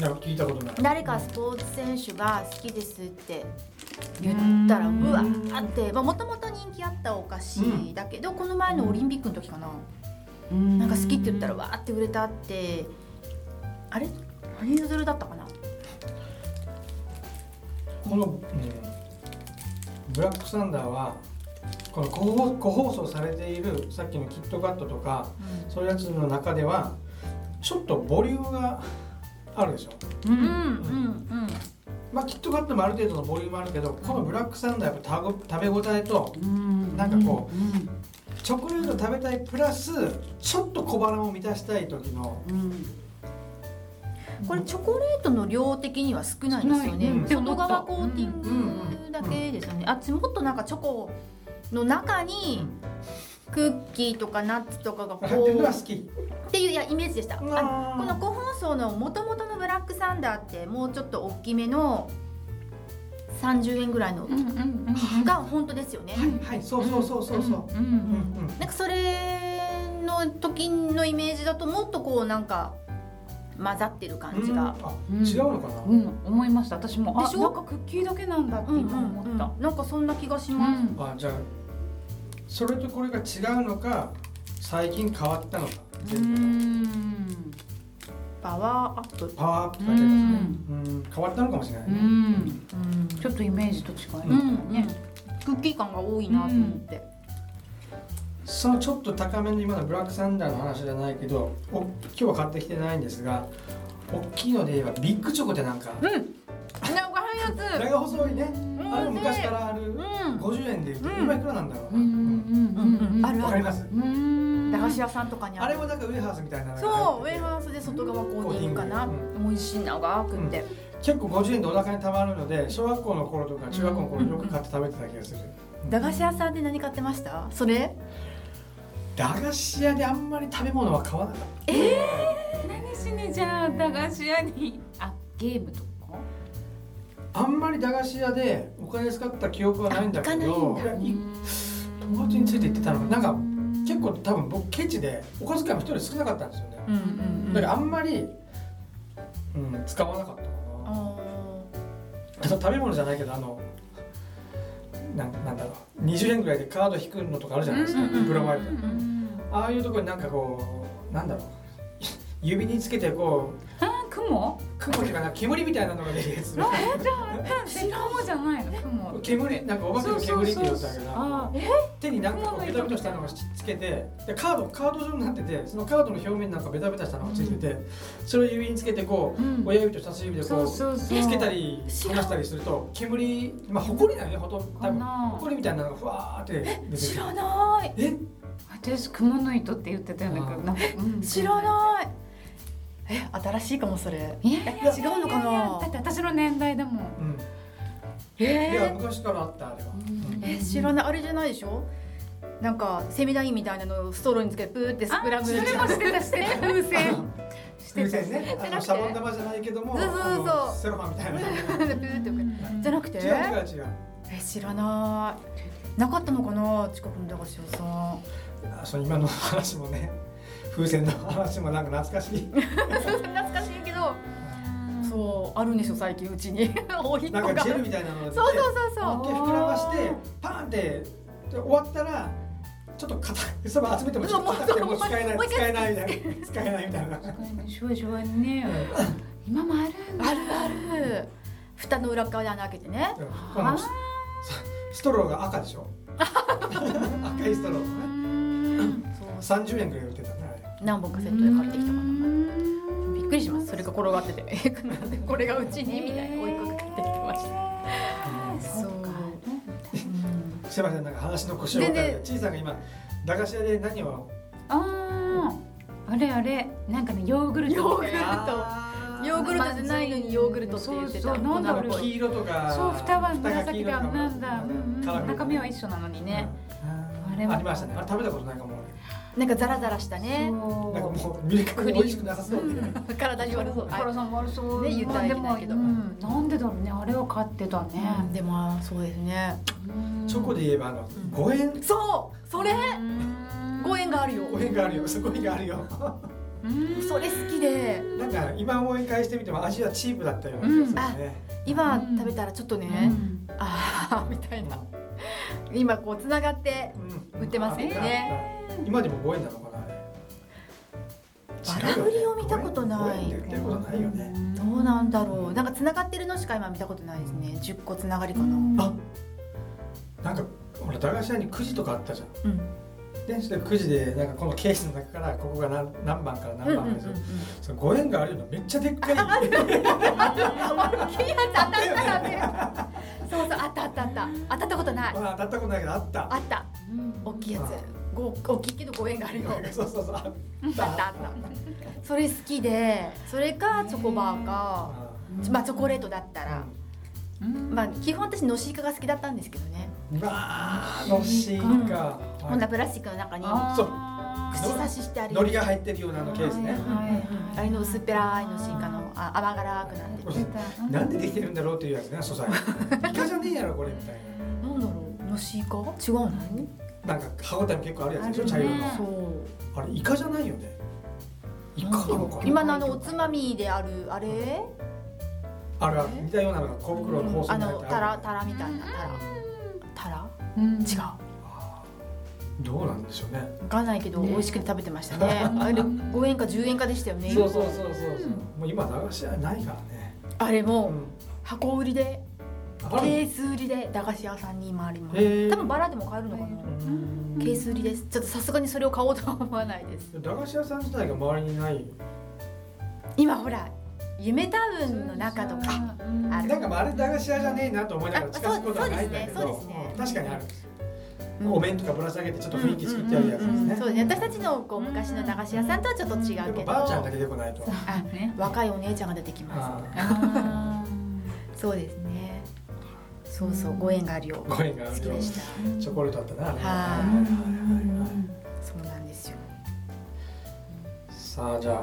[SPEAKER 2] なんか聞いたことない
[SPEAKER 3] 誰かスポーツ選手が好きですって言ったらうわーってもともと人気あったお菓子だけど、この前のオリンピックの時かな、なんか好きって言ったらわーって売れたってあれ羽生結弦だったかな
[SPEAKER 2] この、うんブラックサンダーはこの個包個包装されているさっきのキットカットとか、そういうやつの中ではちょっとボリュームがあるでしょ
[SPEAKER 5] うん
[SPEAKER 3] うんうん
[SPEAKER 2] まあキットカットもある程度のボリュームあるけどこのブラックサンダーはやっぱ食べ応えと
[SPEAKER 5] うん
[SPEAKER 2] なんかこ
[SPEAKER 5] うん
[SPEAKER 2] チョコレート食べたいプラスちょっと小腹を満たしたい時の
[SPEAKER 5] うん
[SPEAKER 3] これチョコレートの量的には少ないですよね、
[SPEAKER 2] 少ないうん
[SPEAKER 3] 外側コーティングだけですよね、あっちもっとなんかチョコの中にクッキーとかナッツとかがこ
[SPEAKER 2] あっていうの
[SPEAKER 3] う
[SPEAKER 2] が好き
[SPEAKER 3] っていういやイメージでしたあ
[SPEAKER 2] う
[SPEAKER 3] の
[SPEAKER 2] わー
[SPEAKER 3] この個包装の元々のブラックサンダーってもうちょっと大きめの30円ぐらいの
[SPEAKER 5] うんうん
[SPEAKER 3] が本当ですよね、
[SPEAKER 2] はいはいそうそうそうそう
[SPEAKER 5] う
[SPEAKER 2] そう
[SPEAKER 5] んうん
[SPEAKER 2] うんうん
[SPEAKER 3] なんかそれの時のイメージだともっとこうなんか混ざってる感じが、
[SPEAKER 2] あ
[SPEAKER 5] うん
[SPEAKER 2] 違うのかな
[SPEAKER 5] うん、思いました。私も。あ、
[SPEAKER 3] でしょ
[SPEAKER 5] なんかクッキーだけなんだって
[SPEAKER 3] うんうん
[SPEAKER 5] 今思った。
[SPEAKER 3] なんかそんな気がし
[SPEAKER 5] う
[SPEAKER 3] ます、
[SPEAKER 5] ん、
[SPEAKER 2] あじゃあそれとこれが違うのか最近変わったのか
[SPEAKER 5] うん、
[SPEAKER 3] パワーアップ
[SPEAKER 2] パワーアップって
[SPEAKER 5] う
[SPEAKER 2] 書いてあります
[SPEAKER 5] ん
[SPEAKER 2] ねうん変わったのかもしれない、
[SPEAKER 5] うんちょっとイメージと違いますね。
[SPEAKER 3] クッキー感が多いなと思って、
[SPEAKER 2] そのちょっと高めの今のブラックサンダーの話じゃないけどお今日は買ってきてないんですが大きいので言えばビッグチョコってなんか
[SPEAKER 3] なんかあるや
[SPEAKER 2] 長細いねあれ昔からある
[SPEAKER 3] うん
[SPEAKER 2] 50円で売ってる
[SPEAKER 3] うん
[SPEAKER 2] 今いくらなんだろう
[SPEAKER 5] うんう
[SPEAKER 2] な、
[SPEAKER 5] んうんうん
[SPEAKER 3] ある
[SPEAKER 2] わかります
[SPEAKER 5] うん
[SPEAKER 3] 駄菓子屋さんとかに
[SPEAKER 2] あ
[SPEAKER 3] あ
[SPEAKER 2] れ
[SPEAKER 3] る
[SPEAKER 2] もなんかウェハースみたいなのが
[SPEAKER 3] そうウ
[SPEAKER 2] 入って
[SPEAKER 3] ェ
[SPEAKER 2] て
[SPEAKER 3] ハースで外側コーティングかな、
[SPEAKER 2] コーテ
[SPEAKER 3] 美味しい長くって、
[SPEAKER 2] 結構50円でお腹にたまるので小学校の頃とか中学校の頃よく買って食べてた気がする、
[SPEAKER 3] 駄菓子屋さんで何買ってましたそれ
[SPEAKER 2] 駄菓子屋であんまり食べ物は買わなかっ
[SPEAKER 5] 何しにじゃあ駄菓子屋にあゲームとか
[SPEAKER 2] たあんまり駄菓子屋でお金使った記憶はないんだけど
[SPEAKER 3] あ
[SPEAKER 2] いやい友達について行ってたのかなんか結構多分僕ケチでお小遣いも一人少なかったんですよね
[SPEAKER 3] うんうん
[SPEAKER 2] だからあんまり、うん、使わなかったかなあと食べ物じゃないけどあのなんなんだろう20円ぐらいでカード引くのとかあるじゃないですか、ブラワイトああいうところになんかこうなんだろう指につけてこう
[SPEAKER 5] あ雲
[SPEAKER 2] 雲っていうかなんか煙みたいなのが出るやつ
[SPEAKER 5] 雲じゃないの雲
[SPEAKER 2] 煙なんかお化けの煙って言うんだけど
[SPEAKER 5] あ
[SPEAKER 2] 手になんかこうベタベタしたのがしつけてでカードカード状になっててそのカードの表面になんかベタベタしたのがついててそれを指につけてこ
[SPEAKER 5] う
[SPEAKER 2] う親指と人差し指で
[SPEAKER 5] そう
[SPEAKER 2] こ
[SPEAKER 5] そう
[SPEAKER 2] う
[SPEAKER 5] そう
[SPEAKER 2] つけたり離したりすると煙まあ埃だよねほとんど多
[SPEAKER 5] か
[SPEAKER 2] 分
[SPEAKER 5] な
[SPEAKER 2] 埃みたいなのがふわーって出て
[SPEAKER 3] 知
[SPEAKER 2] くる
[SPEAKER 3] らない
[SPEAKER 2] え
[SPEAKER 5] 私雲の糸って言ってたよね
[SPEAKER 2] あー
[SPEAKER 5] なんかうん
[SPEAKER 3] 知らないえ新しいかもそれ
[SPEAKER 5] いやいやいや
[SPEAKER 3] 違うのかな
[SPEAKER 5] や
[SPEAKER 3] い
[SPEAKER 5] いやだって私の年代だもん
[SPEAKER 2] うんいや
[SPEAKER 3] え
[SPEAKER 2] 昔からあったあれは
[SPEAKER 5] うん
[SPEAKER 3] え知らないあれじゃないでしょなんかセミダインみたいなのをストローにつけてプーってスクランブル
[SPEAKER 5] それもしてたしてた風船して
[SPEAKER 2] 風
[SPEAKER 5] た
[SPEAKER 2] 船ね、あのシャボン玉じゃないけども、
[SPEAKER 3] そうそうそう
[SPEAKER 2] あのセロハンみたいな。
[SPEAKER 3] プ ーってじゃなくて
[SPEAKER 2] 違う違う違う。
[SPEAKER 3] え知らないなかったのかな近くの駄菓子屋さん
[SPEAKER 2] あそう今の話もね、風船の話もなんか懐かしい。
[SPEAKER 3] 懐かしいけどそうあるんでしょ最近うちに おいっ子
[SPEAKER 2] なん
[SPEAKER 3] が
[SPEAKER 2] かジェル
[SPEAKER 3] そう
[SPEAKER 2] みたいなので、
[SPEAKER 3] そうそうそう
[SPEAKER 2] 一回膨らまして、パーンってで終わったら。ちょっと硬い、 そば集めてもちょっと硬くてもう使えない、使えないみたいな、使えないみたいな。
[SPEAKER 5] 確かにシュワシュワにね今もあるんだ
[SPEAKER 3] あるある蓋の裏側で穴開けてね
[SPEAKER 2] うんこのスストローが赤でしょ赤いストロー。
[SPEAKER 3] そう
[SPEAKER 2] 三十円ぐらい売ってたね。あれ
[SPEAKER 3] 何本かセットで買ってきたかな
[SPEAKER 5] うん
[SPEAKER 3] びっくりしますそれが転がっててえなんでこれがうちにみたいな追いかけてきてました
[SPEAKER 5] そ
[SPEAKER 3] そう
[SPEAKER 5] うか
[SPEAKER 2] すいませんなんか話の腰を折ったんでちいさんが今駄菓子屋で何を
[SPEAKER 5] あーあれあれなんかねヨーグルトみたいな
[SPEAKER 3] ヨーグルトヨーグルトじゃないのにヨーグルトって言ってた
[SPEAKER 5] そうそうなんだろう
[SPEAKER 3] 女の子
[SPEAKER 2] 黄色とか
[SPEAKER 5] そう蓋は紫だ
[SPEAKER 2] 蓋が黄色とか
[SPEAKER 5] なんだ、うん
[SPEAKER 2] カラ
[SPEAKER 5] う
[SPEAKER 2] フ
[SPEAKER 5] ん、
[SPEAKER 2] ル
[SPEAKER 5] 中身は一緒なのにね、
[SPEAKER 2] うん
[SPEAKER 5] あれは
[SPEAKER 2] ありましたねあれ食べたことないかも
[SPEAKER 3] なんかザラザラしたね
[SPEAKER 5] そう
[SPEAKER 2] なんかもう見るからに美味しくなさそうで
[SPEAKER 3] 体に悪そう
[SPEAKER 5] カラさん悪そう
[SPEAKER 3] ね言ったらいけないけど
[SPEAKER 5] まあでもうんなんでだろうねあれは買ってたね、
[SPEAKER 3] うんでもそうですね
[SPEAKER 5] うん
[SPEAKER 2] チョコで言えばあの
[SPEAKER 3] ん
[SPEAKER 2] 五円
[SPEAKER 3] そうそれご縁があるよ
[SPEAKER 2] 五円があるよすごいがあるよ
[SPEAKER 5] うん
[SPEAKER 3] それ好きで
[SPEAKER 2] なんか今思い返してみても味はチープだったような気がするね
[SPEAKER 3] 今食べたらちょっと
[SPEAKER 5] う
[SPEAKER 3] ね
[SPEAKER 5] ん
[SPEAKER 3] ああみたいな今こうつながって
[SPEAKER 2] うん
[SPEAKER 3] 売ってますよね
[SPEAKER 2] あった今でも五円なのかなあれ違うよね
[SPEAKER 3] バラ売りを見たことない
[SPEAKER 2] 五円で売ってることないよね
[SPEAKER 3] どうなんだろうなんかつながってるのしか今見たことないですね10個つながりかなうん
[SPEAKER 2] あなんかほら駄菓子屋にくじとかあったじゃん電子でくじでなんかこのケースの中からここが何何番から何番ですよ、その5円があるのめっちゃでっ かい
[SPEAKER 3] あったあったあったあったそうそうあったあったあった当たったことない
[SPEAKER 2] まあ当たったことないけどあった
[SPEAKER 3] あった
[SPEAKER 5] うん
[SPEAKER 3] 大きいやつご大きいけどご縁があるよ
[SPEAKER 2] そうそうそうあっ
[SPEAKER 3] あったあったそれ好きでそれかチョコバー
[SPEAKER 2] た
[SPEAKER 3] かまあチョコレートだったら
[SPEAKER 5] うん
[SPEAKER 3] まあ基本私のしイカが好きだったんですけどね
[SPEAKER 2] まあのシーンか、
[SPEAKER 3] こんなプラスチックの中に
[SPEAKER 5] あー
[SPEAKER 2] そう
[SPEAKER 3] 串刺ししてある
[SPEAKER 2] のりが入ってるようなあのケースね、
[SPEAKER 5] はいはい
[SPEAKER 3] あれの薄っぺらいの進化のあ甘辛くなって
[SPEAKER 5] 出た
[SPEAKER 2] なんでできてるんだろうっていうやつね素材イカじゃねえやろこれみたい
[SPEAKER 3] なんだろうのしイカ違うの
[SPEAKER 2] ななんか歯応えも結構あるやつでしょ、
[SPEAKER 5] あ
[SPEAKER 2] 茶
[SPEAKER 5] る
[SPEAKER 2] 色
[SPEAKER 5] ね
[SPEAKER 2] の
[SPEAKER 3] そう
[SPEAKER 2] あれイカじゃないよねイカなのかな
[SPEAKER 3] 今のあのおつまみであるあれ
[SPEAKER 2] あるある似たようなのが小袋の包装
[SPEAKER 3] あ
[SPEAKER 2] に入っ
[SPEAKER 3] の
[SPEAKER 2] て
[SPEAKER 3] タ
[SPEAKER 2] あ
[SPEAKER 3] ラ
[SPEAKER 2] る
[SPEAKER 3] タラみたいなタラタラ
[SPEAKER 5] うん
[SPEAKER 3] 違う
[SPEAKER 2] あどうなんでしょうね
[SPEAKER 3] わかんないけど、
[SPEAKER 5] ね
[SPEAKER 3] 美味しく食べてましたね あれ5円か10円かでしたよね
[SPEAKER 2] そうそうそうそうそう、もう今駄菓子屋ないからね、
[SPEAKER 3] あれ
[SPEAKER 2] う
[SPEAKER 3] も
[SPEAKER 2] ん、
[SPEAKER 3] 箱売りで
[SPEAKER 2] ある
[SPEAKER 3] ケース売りで駄菓子屋さんに今あります
[SPEAKER 2] へー
[SPEAKER 3] 多分バラでも買えるのかな
[SPEAKER 2] うん
[SPEAKER 3] ケース売りですちょっとさすがにそれを買おうとは思わないです
[SPEAKER 2] 駄菓子屋さん自体が周りにない
[SPEAKER 3] 今ほら夢タウンの中とか
[SPEAKER 5] うん
[SPEAKER 3] ある
[SPEAKER 2] なんかまああれ駄菓子屋じゃねえなと思いながら
[SPEAKER 3] あ
[SPEAKER 2] 近づくことはないんだけど
[SPEAKER 3] そうですねそうですね
[SPEAKER 2] うん確かにあるんです、
[SPEAKER 3] うん
[SPEAKER 2] お面とかぶら下げてちょっと雰囲気作ってあるやつですね、
[SPEAKER 5] うんうんん
[SPEAKER 3] そうですね私たちのこう昔の駄菓子屋さんとはちょっと違う
[SPEAKER 2] で
[SPEAKER 3] け
[SPEAKER 2] もばあちゃん
[SPEAKER 3] ど
[SPEAKER 2] だけ出てこないと
[SPEAKER 5] あね
[SPEAKER 3] 若いお姉ちゃんが出てきま
[SPEAKER 2] あ
[SPEAKER 5] あ
[SPEAKER 3] すそうですねそうそうご縁があるよ
[SPEAKER 2] ーご縁があ
[SPEAKER 3] 好
[SPEAKER 2] る
[SPEAKER 3] き
[SPEAKER 2] と
[SPEAKER 3] でした
[SPEAKER 2] チョコレートあったなあれ
[SPEAKER 3] はい
[SPEAKER 2] はいはいはいはい
[SPEAKER 3] そうなんですよ
[SPEAKER 2] さあじゃあ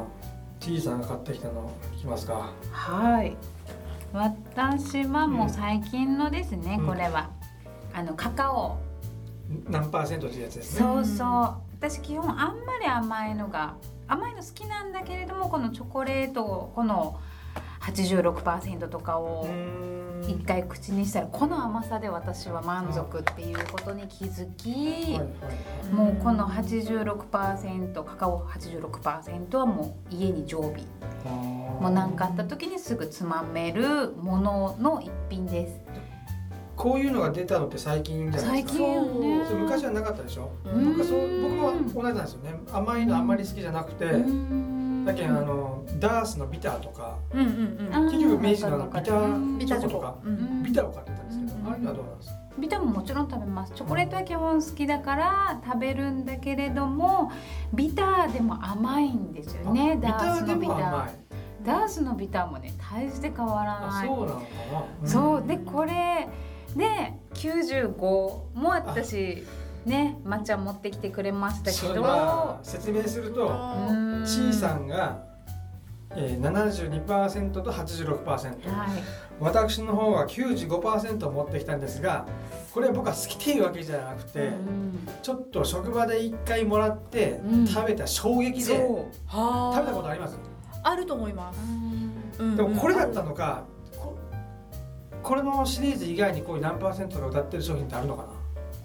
[SPEAKER 2] T さんが買ってきたのいきますか
[SPEAKER 5] ーはい私はもう最近のですね、
[SPEAKER 2] うん
[SPEAKER 5] これはあのカカオ
[SPEAKER 2] 何パーセントっていうやつですね
[SPEAKER 5] そうそう私基本あんまり甘いのが甘いの好きなんだけれどもこのチョコレートをこの86%とかを
[SPEAKER 2] うーん
[SPEAKER 5] 一回口にしたらこの甘さで私は満足っていうことに気づき、
[SPEAKER 2] はいはい
[SPEAKER 5] もうこの86%カカオ86%はもう家に常備
[SPEAKER 2] はい
[SPEAKER 5] もう何かあった時にすぐつまめるものの一品です
[SPEAKER 2] こういうのが出たのって最近じゃな
[SPEAKER 5] 最
[SPEAKER 2] いですか
[SPEAKER 5] 近よね
[SPEAKER 2] そう昔はなかったでしょ
[SPEAKER 3] うん
[SPEAKER 2] なんかそう僕も同じなんですよね甘いのあんまり好きじゃなくて
[SPEAKER 5] うん
[SPEAKER 2] だけどあのダースのビターとか
[SPEAKER 3] うんうん
[SPEAKER 5] あー
[SPEAKER 2] 結局明治のあのビタ
[SPEAKER 5] うん
[SPEAKER 2] ー
[SPEAKER 3] ビ
[SPEAKER 2] チ
[SPEAKER 3] タ
[SPEAKER 2] ョ
[SPEAKER 3] チ
[SPEAKER 2] コ
[SPEAKER 3] ョ
[SPEAKER 2] と
[SPEAKER 3] コ
[SPEAKER 2] か
[SPEAKER 3] うん
[SPEAKER 2] ビターを買ってたんですけど
[SPEAKER 5] うん
[SPEAKER 2] ああいうのはどうなんですか
[SPEAKER 5] ビタももちろん食べますチョコレートは基本好きだから食べるんだけれどもビターでも甘いんですよね
[SPEAKER 2] あビタ
[SPEAKER 5] ダース
[SPEAKER 2] ーで
[SPEAKER 5] のビタ
[SPEAKER 2] も
[SPEAKER 5] ー
[SPEAKER 2] 甘い
[SPEAKER 5] ダースのビターもね大して変わら
[SPEAKER 2] あ
[SPEAKER 5] ない
[SPEAKER 2] そうなのかな
[SPEAKER 5] そうでこれで95も私ね抹茶持ってきてくれました
[SPEAKER 2] そ
[SPEAKER 5] け
[SPEAKER 2] れ
[SPEAKER 5] ど
[SPEAKER 2] は説明すると
[SPEAKER 3] あ
[SPEAKER 2] ちいさ
[SPEAKER 5] ん
[SPEAKER 2] んが、えー、72%と86%
[SPEAKER 5] はい
[SPEAKER 2] 私の方は95%を持ってきたんですがこれは僕は好きっていうわけじゃなくて、
[SPEAKER 5] うん
[SPEAKER 2] ちょっと職場で一回もらって
[SPEAKER 5] うん
[SPEAKER 2] 食べた衝撃で、
[SPEAKER 5] そ
[SPEAKER 3] ーはー
[SPEAKER 2] 食べたことあります
[SPEAKER 3] あると思います
[SPEAKER 5] ううん
[SPEAKER 3] うんうん
[SPEAKER 2] でもこれだったのかここれのシリーズ以外にこういう何パーセントが歌ってる商品ってあるのかな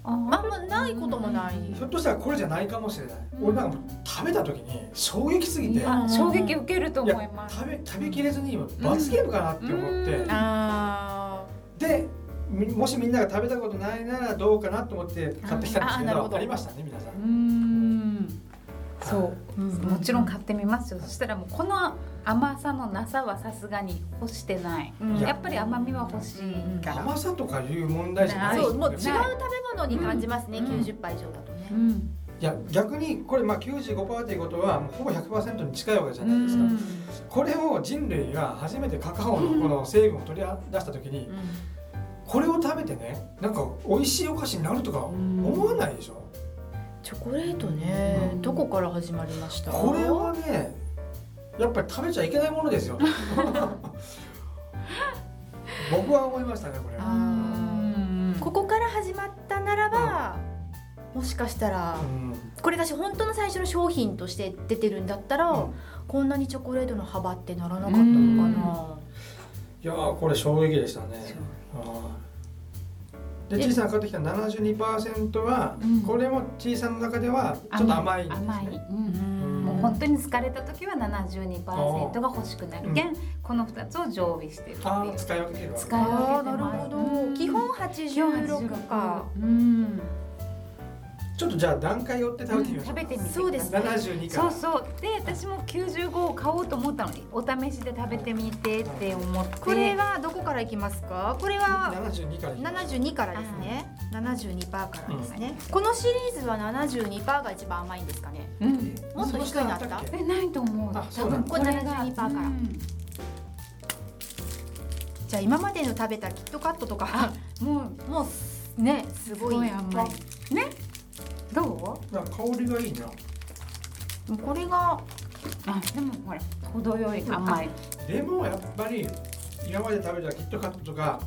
[SPEAKER 3] あんまないこともない
[SPEAKER 2] ひょっとしたらこれじゃないかもしれない、俺なんかもう食べた時に衝撃すぎて、
[SPEAKER 5] いや
[SPEAKER 3] うん
[SPEAKER 5] 衝撃受けると
[SPEAKER 2] い
[SPEAKER 5] 思い
[SPEAKER 2] や
[SPEAKER 5] ます
[SPEAKER 2] 食べ食べきれずに今罰ゲームかなって思って、
[SPEAKER 5] うん
[SPEAKER 3] あ
[SPEAKER 2] でみもしみんなが食べたことないならどうかなと思って買ってきたんですけ
[SPEAKER 3] あーなる
[SPEAKER 2] ど
[SPEAKER 3] ほ
[SPEAKER 2] あ
[SPEAKER 3] ど
[SPEAKER 2] りましたね皆さん
[SPEAKER 5] う。んそう
[SPEAKER 3] ーうん
[SPEAKER 5] もちろん買ってみますよそしたらもうこの甘さのなさはさすがに欲してない
[SPEAKER 3] うん
[SPEAKER 5] やっぱり甘みは欲しいから
[SPEAKER 2] 甘さとかいう問題じゃ
[SPEAKER 5] ぱ
[SPEAKER 2] ない
[SPEAKER 5] り
[SPEAKER 2] で
[SPEAKER 3] そ
[SPEAKER 2] す
[SPEAKER 3] う
[SPEAKER 2] ね
[SPEAKER 3] もう違う食べ物に感じますね、
[SPEAKER 2] うん
[SPEAKER 3] 90以上だとね、
[SPEAKER 5] うん
[SPEAKER 2] いや逆にこれまあ95%っていうことはもうほぼ100%に近いわけじゃないですか、
[SPEAKER 3] うん
[SPEAKER 2] これを人類が初めてカカオのこの成分を取り出した時にこれを食べてねなんか美味しいお菓子になるとか思わないでしょ
[SPEAKER 3] チョコレートね、どこから始まりました
[SPEAKER 2] これはねやっぱり食べちゃいけないもので すよ僕は思いましたねこれは。
[SPEAKER 3] あーここから始まったならば、もしかしたら
[SPEAKER 2] うん
[SPEAKER 3] これがし本当の最初の商品として出てるんだったら、
[SPEAKER 2] うん
[SPEAKER 3] こんなにチョコレートの幅ってならなかったのかな、
[SPEAKER 2] いやーこれ衝撃でしたね。はいで、ちいさんが買ってきた72%は、
[SPEAKER 5] うん
[SPEAKER 2] これもちいさんの中ではちょっと甘いんですね。
[SPEAKER 5] 甘い、う
[SPEAKER 3] うんん
[SPEAKER 5] もう本当に疲れた時は72%が欲しくなるけん、この2つを常備してるってい
[SPEAKER 2] あー
[SPEAKER 5] う
[SPEAKER 2] 使い分けてるわけ
[SPEAKER 5] 使い
[SPEAKER 3] あ
[SPEAKER 5] 分
[SPEAKER 3] あ
[SPEAKER 5] けて
[SPEAKER 3] なる
[SPEAKER 5] ます
[SPEAKER 3] ほど基本86か、
[SPEAKER 5] うん、
[SPEAKER 2] ちょっとじゃあ段階追って食べてみまし
[SPEAKER 5] 食
[SPEAKER 2] ょうか。
[SPEAKER 5] べてみて
[SPEAKER 3] そうですね
[SPEAKER 2] 72か
[SPEAKER 5] そ
[SPEAKER 2] ら
[SPEAKER 5] うそうで私も95を買おうと思ったのにお試しで食べてみてって思って
[SPEAKER 3] これはどこからいきますかこれは
[SPEAKER 2] 72からいきましょう
[SPEAKER 3] 72からですね。72パーからですね。このシリーズは72パーが一番甘いんですかね。
[SPEAKER 5] うん
[SPEAKER 2] え
[SPEAKER 3] もっと低いのあった
[SPEAKER 2] そ下け
[SPEAKER 5] えないと思う
[SPEAKER 2] あ
[SPEAKER 5] 多
[SPEAKER 2] そうなの
[SPEAKER 5] 分これが
[SPEAKER 3] これ72%から
[SPEAKER 5] うん
[SPEAKER 3] じゃあ今までの食べたキットカットとか
[SPEAKER 5] もう
[SPEAKER 3] もうねす
[SPEAKER 5] す
[SPEAKER 3] ごい
[SPEAKER 5] ごい甘いねど
[SPEAKER 2] なんか香りがいいな。
[SPEAKER 3] もうこれが
[SPEAKER 5] うあでもほら程よい甘い
[SPEAKER 2] でもやっぱり今まで食べたキットカットとか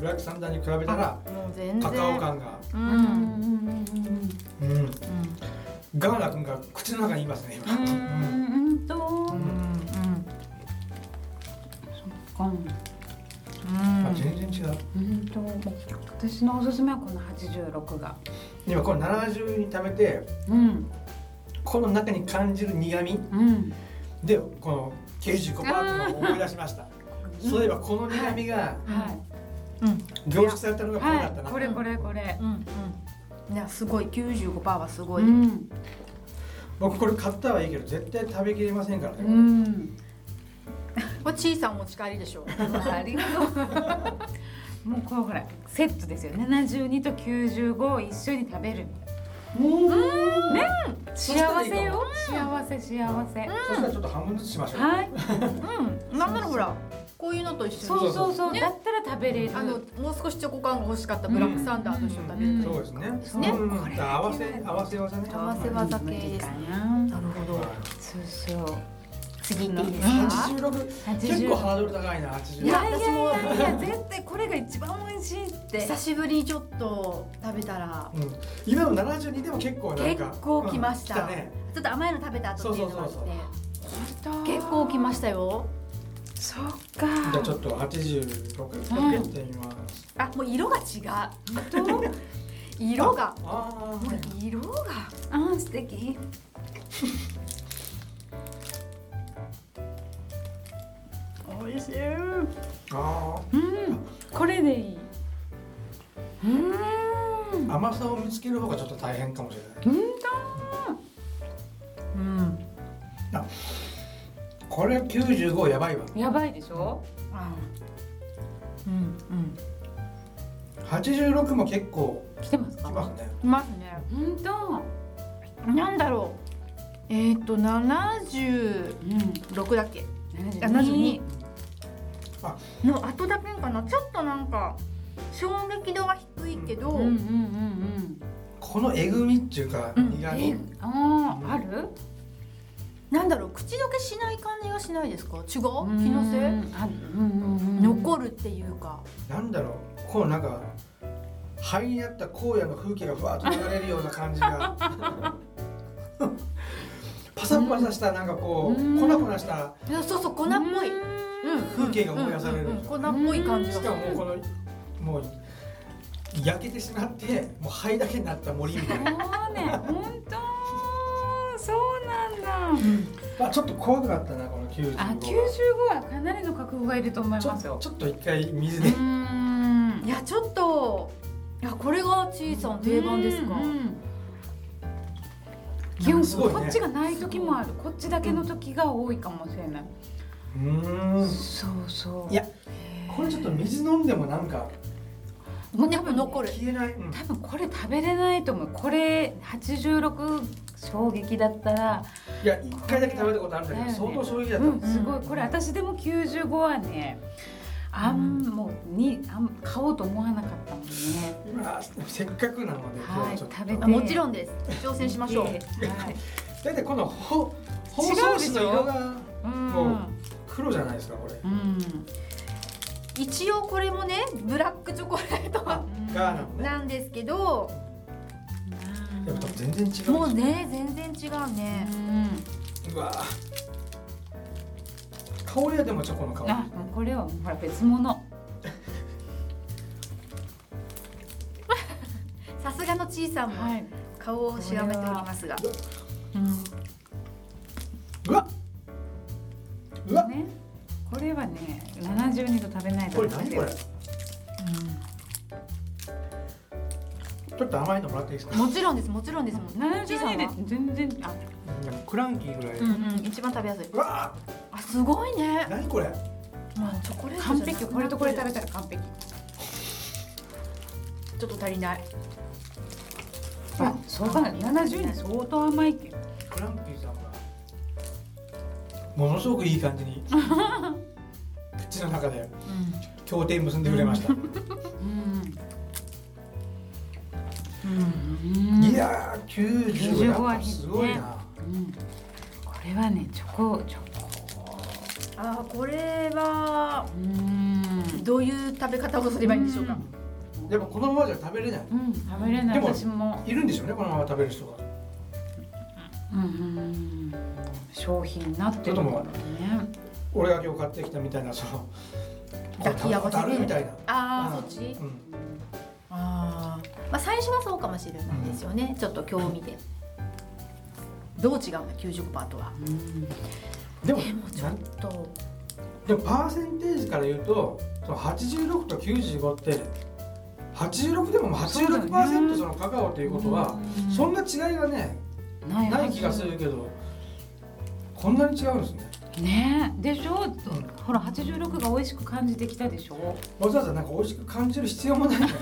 [SPEAKER 2] ブラックサンダーに比べたら
[SPEAKER 3] もう全然
[SPEAKER 2] カカオ感が、
[SPEAKER 3] う
[SPEAKER 5] うんんうんうんうんうん
[SPEAKER 2] うん、ガーナ君が口の中にいますね
[SPEAKER 5] う
[SPEAKER 2] 今。うん
[SPEAKER 5] ーんと、う
[SPEAKER 2] うん
[SPEAKER 5] ん、そっか、
[SPEAKER 2] あ全然違う。
[SPEAKER 5] うんと、私のおすすめはこの86が
[SPEAKER 2] 今この70に貯めて
[SPEAKER 5] うん
[SPEAKER 2] この中に感じる苦み
[SPEAKER 5] うん
[SPEAKER 2] でこの95%を思い出しましたそういえばこの苦みが
[SPEAKER 5] は
[SPEAKER 2] 凝縮されたのが
[SPEAKER 5] い
[SPEAKER 2] これだ
[SPEAKER 5] は
[SPEAKER 2] った
[SPEAKER 5] い
[SPEAKER 2] な、
[SPEAKER 5] これこれこれ
[SPEAKER 3] うんうんいやすごい95%はすご
[SPEAKER 5] う
[SPEAKER 3] い、
[SPEAKER 5] ん
[SPEAKER 2] 僕これ買ったはいいけど絶対食べきれませんからね、
[SPEAKER 5] うん
[SPEAKER 3] これ小さな持ち帰りでしょ
[SPEAKER 5] ありがとう もうこれほらセットですよ72と95を一緒に食べるね幸せよ幸せ幸せ
[SPEAKER 2] そしたらちょっと半分ずつしましょう、
[SPEAKER 5] はい
[SPEAKER 3] うんなんならほらこういうのと一緒に
[SPEAKER 5] そうそうそう
[SPEAKER 3] ね
[SPEAKER 5] だったら食べれる
[SPEAKER 3] あのもう少しチョコ感が欲しかったブラックサンダーと一緒に食べる、
[SPEAKER 5] うん
[SPEAKER 2] そうですね
[SPEAKER 3] すね
[SPEAKER 2] うん合わせ合わせ技ね
[SPEAKER 3] 合わせ技系
[SPEAKER 5] いい
[SPEAKER 3] です
[SPEAKER 5] か
[SPEAKER 3] ね
[SPEAKER 5] な
[SPEAKER 3] なるほど
[SPEAKER 5] そうそう
[SPEAKER 1] 次行っていいです
[SPEAKER 5] うん
[SPEAKER 1] か
[SPEAKER 2] 86
[SPEAKER 5] 80
[SPEAKER 2] 結構ハードル高いな86
[SPEAKER 5] いやいやいやいや絶対これが一番美味しいって
[SPEAKER 3] 久しぶりにちょっと食べたら
[SPEAKER 2] うん、今の72でも結構なんか
[SPEAKER 3] 結構きました
[SPEAKER 2] うん来ね
[SPEAKER 3] ちょっと甘いの食べた後っていうのがあって
[SPEAKER 2] そうそう
[SPEAKER 5] 本当
[SPEAKER 3] 結構きましたよ
[SPEAKER 5] そっ
[SPEAKER 2] じゃあちょ
[SPEAKER 5] か
[SPEAKER 2] っと86
[SPEAKER 5] うん
[SPEAKER 2] やってみます、
[SPEAKER 3] あもう色が違う色が
[SPEAKER 2] あ
[SPEAKER 3] も
[SPEAKER 2] あ
[SPEAKER 3] う色が
[SPEAKER 5] あ素敵
[SPEAKER 3] 美味しい
[SPEAKER 2] あ
[SPEAKER 5] うんこれでいいうん
[SPEAKER 2] ー甘さを見つける方がちょっと大変かもしれない
[SPEAKER 5] 本
[SPEAKER 3] うん
[SPEAKER 2] これ95やばいわ
[SPEAKER 5] 当やばいでしょ
[SPEAKER 3] あうんうん
[SPEAKER 2] 86も結構
[SPEAKER 5] 来てます
[SPEAKER 2] き
[SPEAKER 5] か
[SPEAKER 2] ますね
[SPEAKER 3] いますね
[SPEAKER 5] 本当
[SPEAKER 3] なんだろうえっ、ー、と76
[SPEAKER 5] うん
[SPEAKER 3] だっけあ
[SPEAKER 5] 72
[SPEAKER 3] 72の後だけかなちょっとなんか衝撃度は低いけど、
[SPEAKER 5] うんうんうんうん
[SPEAKER 2] このえぐみっていうか
[SPEAKER 3] うん
[SPEAKER 2] 苦
[SPEAKER 5] え
[SPEAKER 2] み、
[SPEAKER 5] あーある
[SPEAKER 3] なんだろう口どけしない感じがしないですか違う気
[SPEAKER 5] 気
[SPEAKER 3] の
[SPEAKER 5] のせ
[SPEAKER 3] せい
[SPEAKER 5] いあうんうんうん
[SPEAKER 3] 残るっていうか
[SPEAKER 2] なんだろうこのなんか肺にあった荒野の風景がふわっと流れるような感 じがパサパサしたなんかこう、
[SPEAKER 5] うん
[SPEAKER 2] 粉々した
[SPEAKER 3] いやそうそう粉っぽい、うん、
[SPEAKER 2] 風景が思い出される
[SPEAKER 3] うんうんうん粉っぽい感じが
[SPEAKER 2] し
[SPEAKER 3] する
[SPEAKER 2] かももうこのもう焼けてしまってもう灰だけになった森み たいな、
[SPEAKER 5] そうね本当そうなんだ
[SPEAKER 2] まあ、ちょっと怖くなったなこの95
[SPEAKER 5] あ、九十
[SPEAKER 2] は
[SPEAKER 5] 五はかなりの覚悟がいると思い
[SPEAKER 2] ち
[SPEAKER 5] ます
[SPEAKER 2] ょ
[SPEAKER 5] よ。
[SPEAKER 2] ちょっと一回水
[SPEAKER 5] う
[SPEAKER 2] で、
[SPEAKER 5] ーん
[SPEAKER 3] いやちょっといやこれがちいさん定番ですか
[SPEAKER 5] うんうん基本
[SPEAKER 2] すごいね
[SPEAKER 5] こっちがない時もある、こっちだけの時が多いかもしれない。
[SPEAKER 2] うーん
[SPEAKER 5] そうそう。
[SPEAKER 2] いやこれちょっと水飲んでもなんか
[SPEAKER 5] もう
[SPEAKER 3] 多分残る
[SPEAKER 2] 消えない、うん
[SPEAKER 5] 多分これ食べれないと思う。これ八十六衝撃だったら、
[SPEAKER 2] いや一回だけ食べたことあるんだけど、
[SPEAKER 5] だよ
[SPEAKER 2] 相
[SPEAKER 5] ね
[SPEAKER 2] 当衝撃だった、
[SPEAKER 5] うん、すごい。これ私でも九十五はね、あんもうにあん買おうと思わなかったもんね。
[SPEAKER 2] まあせっかくなので、今
[SPEAKER 5] はい、
[SPEAKER 2] 日ちょっと
[SPEAKER 5] 食べて。
[SPEAKER 3] あもちろんです挑戦しましょう
[SPEAKER 5] はい。
[SPEAKER 2] だってこのほ包
[SPEAKER 5] 違うでしょ
[SPEAKER 2] 装紙の色が
[SPEAKER 5] うん。
[SPEAKER 2] 黒じゃないですかこれ、
[SPEAKER 5] うん。
[SPEAKER 3] 一応これもねブラックチョコレート
[SPEAKER 2] ガーナのね
[SPEAKER 3] なんですけど
[SPEAKER 2] やっぱ全然違う
[SPEAKER 3] もうね全然違うね
[SPEAKER 2] うわ香りはでもチョコの香り
[SPEAKER 5] あ、もうこれはほら別物。
[SPEAKER 3] さすがのちいさんも
[SPEAKER 5] い。
[SPEAKER 3] 顔をしがめておりますが
[SPEAKER 2] うわうわ
[SPEAKER 5] ね。これはね、七十二度食べないと
[SPEAKER 2] これ何これ、ちょっと甘いのもらっていいですか、
[SPEAKER 3] もちろんですもちろんですもん
[SPEAKER 5] 七
[SPEAKER 3] ち
[SPEAKER 5] 十
[SPEAKER 3] いさ
[SPEAKER 5] 二
[SPEAKER 3] ん
[SPEAKER 5] で
[SPEAKER 3] は
[SPEAKER 5] 全然あ、
[SPEAKER 2] でもクランキーぐらい、
[SPEAKER 3] うんうん一番食べやすいう
[SPEAKER 2] わ
[SPEAKER 3] あすごいね
[SPEAKER 2] 何これ
[SPEAKER 3] まあチョコレート
[SPEAKER 5] 完
[SPEAKER 3] じゃなく
[SPEAKER 5] 璧。
[SPEAKER 3] なってる
[SPEAKER 5] これとこれ食べたら完璧。
[SPEAKER 3] ちょっと足りない
[SPEAKER 5] あ、そうだ。七十二相当甘いけど。
[SPEAKER 2] クランキーさんがものすごくいい感じ に口の中で協定結んでくれました、
[SPEAKER 5] うん。
[SPEAKER 2] いやー95やっぱすごいな、
[SPEAKER 5] 95はうん。これはね、チョコチョコ。
[SPEAKER 3] あーこれは
[SPEAKER 5] うん。
[SPEAKER 3] どういう食べ方をすればいいんでしょうか
[SPEAKER 2] でもこのままじゃ食べれない
[SPEAKER 5] うん、食べれない。
[SPEAKER 2] でも
[SPEAKER 5] 私も。
[SPEAKER 2] いるんでしょうねこのまま食べる人が
[SPEAKER 5] うんうん商品になってるからね。
[SPEAKER 2] 俺が今日買ってきたみたいなその
[SPEAKER 3] 抱き合わせ
[SPEAKER 2] だるいみたいな
[SPEAKER 3] あ
[SPEAKER 2] う
[SPEAKER 3] あ
[SPEAKER 2] ん
[SPEAKER 3] そっち
[SPEAKER 2] うん
[SPEAKER 3] ああーまあ、最初はそうかもしれないですよね、ちょっと興味でどう違うんだ95%とは
[SPEAKER 2] でも
[SPEAKER 3] でもちょっと
[SPEAKER 2] でもパーセンテージから言うとその86と95って86でも
[SPEAKER 5] そうだよね
[SPEAKER 2] 86%そのカカオということはそんな違いがね
[SPEAKER 5] ない
[SPEAKER 2] ない気がするけどこんなに違うんですね
[SPEAKER 5] ねえでしょ、ほら86が美味しく感じてきたでしょ
[SPEAKER 2] わざわざなんか美味しく感じる必要もないんだけど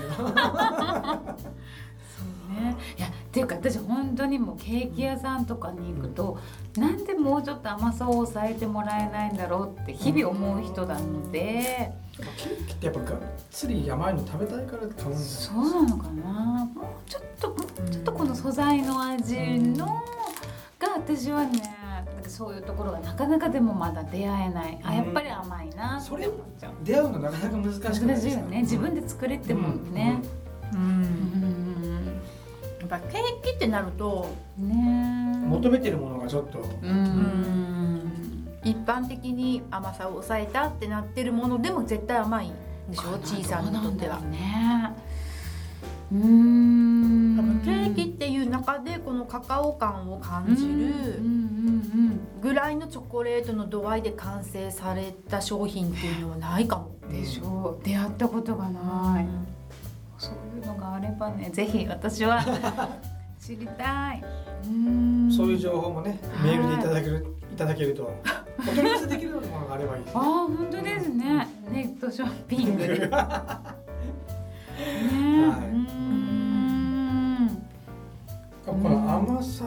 [SPEAKER 5] そうねいやっていうか私本当にもうケーキ屋さんとかに行くと、なんでもうちょっと甘さを抑えてもらえないんだろうって日々思う人なので、
[SPEAKER 2] ケーキってやっぱがっつり甘いの食べたいから買うんだよ
[SPEAKER 5] そうなのかなもうちょっともうちょっとこの素材の味のが私はねなんかそういうところがなかなかでもまだ出会えないあやっぱり甘いなって
[SPEAKER 2] そ
[SPEAKER 5] 思っ
[SPEAKER 2] れ
[SPEAKER 5] ちゃう
[SPEAKER 2] 出会うのなかなか難しくない
[SPEAKER 5] 難しいよね自分
[SPEAKER 2] で
[SPEAKER 5] で作れてもね、うん
[SPEAKER 3] やっぱケーキってなると
[SPEAKER 5] ねえ
[SPEAKER 2] 求めてるものがちょっと
[SPEAKER 5] うん
[SPEAKER 3] 一般的に甘さを抑えたってなってるものでも絶対甘いんでしょ小さなにとっては
[SPEAKER 5] どうなんだろうねうーん
[SPEAKER 3] 多分ケーキっていう中でこのカカオ感を感じ
[SPEAKER 5] うん
[SPEAKER 3] る
[SPEAKER 5] うん
[SPEAKER 3] ぐらいのチョコレートの度合いで完成された商品っていうのはないかも。
[SPEAKER 5] うんでしょう出会ったことがない、そういうのがあればねぜひ私 は知りたいうん
[SPEAKER 2] そういう情報もねメールでいただけるいただけるとお取り寄せできるようなものがあれ ばいいです
[SPEAKER 5] ああ本当ですねネットショッピ ングでね
[SPEAKER 2] はいう
[SPEAKER 5] ーん
[SPEAKER 2] この甘さ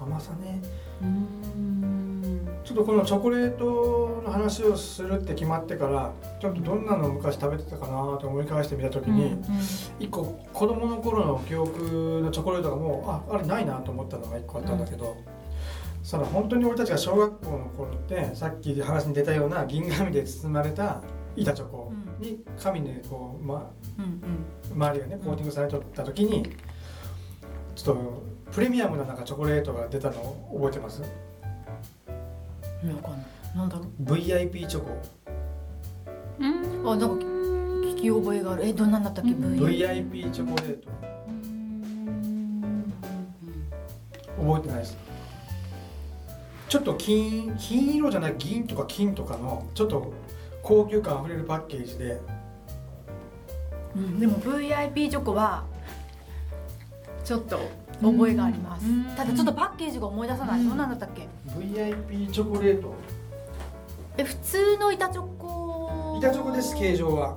[SPEAKER 2] 甘さね
[SPEAKER 5] うーん
[SPEAKER 2] ちょっとこのチョコレートの話をするって決まってからちょっとどんなの昔食べてたかなと思い返してみた時に、一個子供の頃の記憶のチョコレートがもうああれないなと思ったのが一個あったんだけど、その本当に俺たちが小学校の頃ってさっき話に出たような銀紙で包まれた板チョコに紙でこう、ま、周りがねコーティングされとった時にちょっとプレミアムななんかチョコレートが出たのを覚えてます
[SPEAKER 3] わかんないなんだろ
[SPEAKER 2] VIP チョコ
[SPEAKER 5] うん
[SPEAKER 3] うあなんか聞き覚えがあるえどんなんだったっけ、
[SPEAKER 5] うん
[SPEAKER 2] VIP チョコレート覚えてないですちょっと金金色じゃない銀とか金とかのちょっと高級感あふれるパッケージで
[SPEAKER 3] うんでも VIP チョコはちょっと覚えがあります、
[SPEAKER 5] うん
[SPEAKER 3] ただちょっとパッケージが思い出さない、どんなんだったっけ
[SPEAKER 2] VIP チョコレート
[SPEAKER 3] え普通の板チョコ
[SPEAKER 2] 板チョコです形状は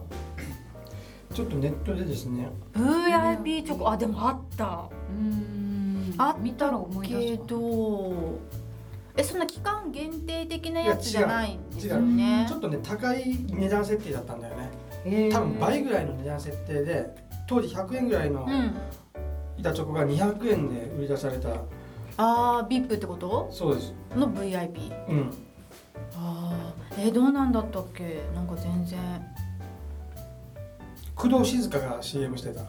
[SPEAKER 2] ちょっとネットでですね
[SPEAKER 3] VIP チョコあでもあった
[SPEAKER 5] うん
[SPEAKER 3] あ
[SPEAKER 5] 見たら思い出
[SPEAKER 3] け
[SPEAKER 5] すわ
[SPEAKER 3] どえそんな期間限定的なやつじゃないんですよ
[SPEAKER 5] 違う違
[SPEAKER 3] ね
[SPEAKER 2] ちょっとね高い値段設定だったんだよね
[SPEAKER 5] えー
[SPEAKER 2] 多分倍ぐらいの値段設定で当時100円ぐらいの
[SPEAKER 3] うん
[SPEAKER 2] 板チョコが200円で売り出された
[SPEAKER 3] ああ VIP ってこと
[SPEAKER 2] そうです
[SPEAKER 3] の VIP
[SPEAKER 2] うん
[SPEAKER 3] あーえー、どうなんだったっけなんか全然
[SPEAKER 2] 工藤静香が CM してた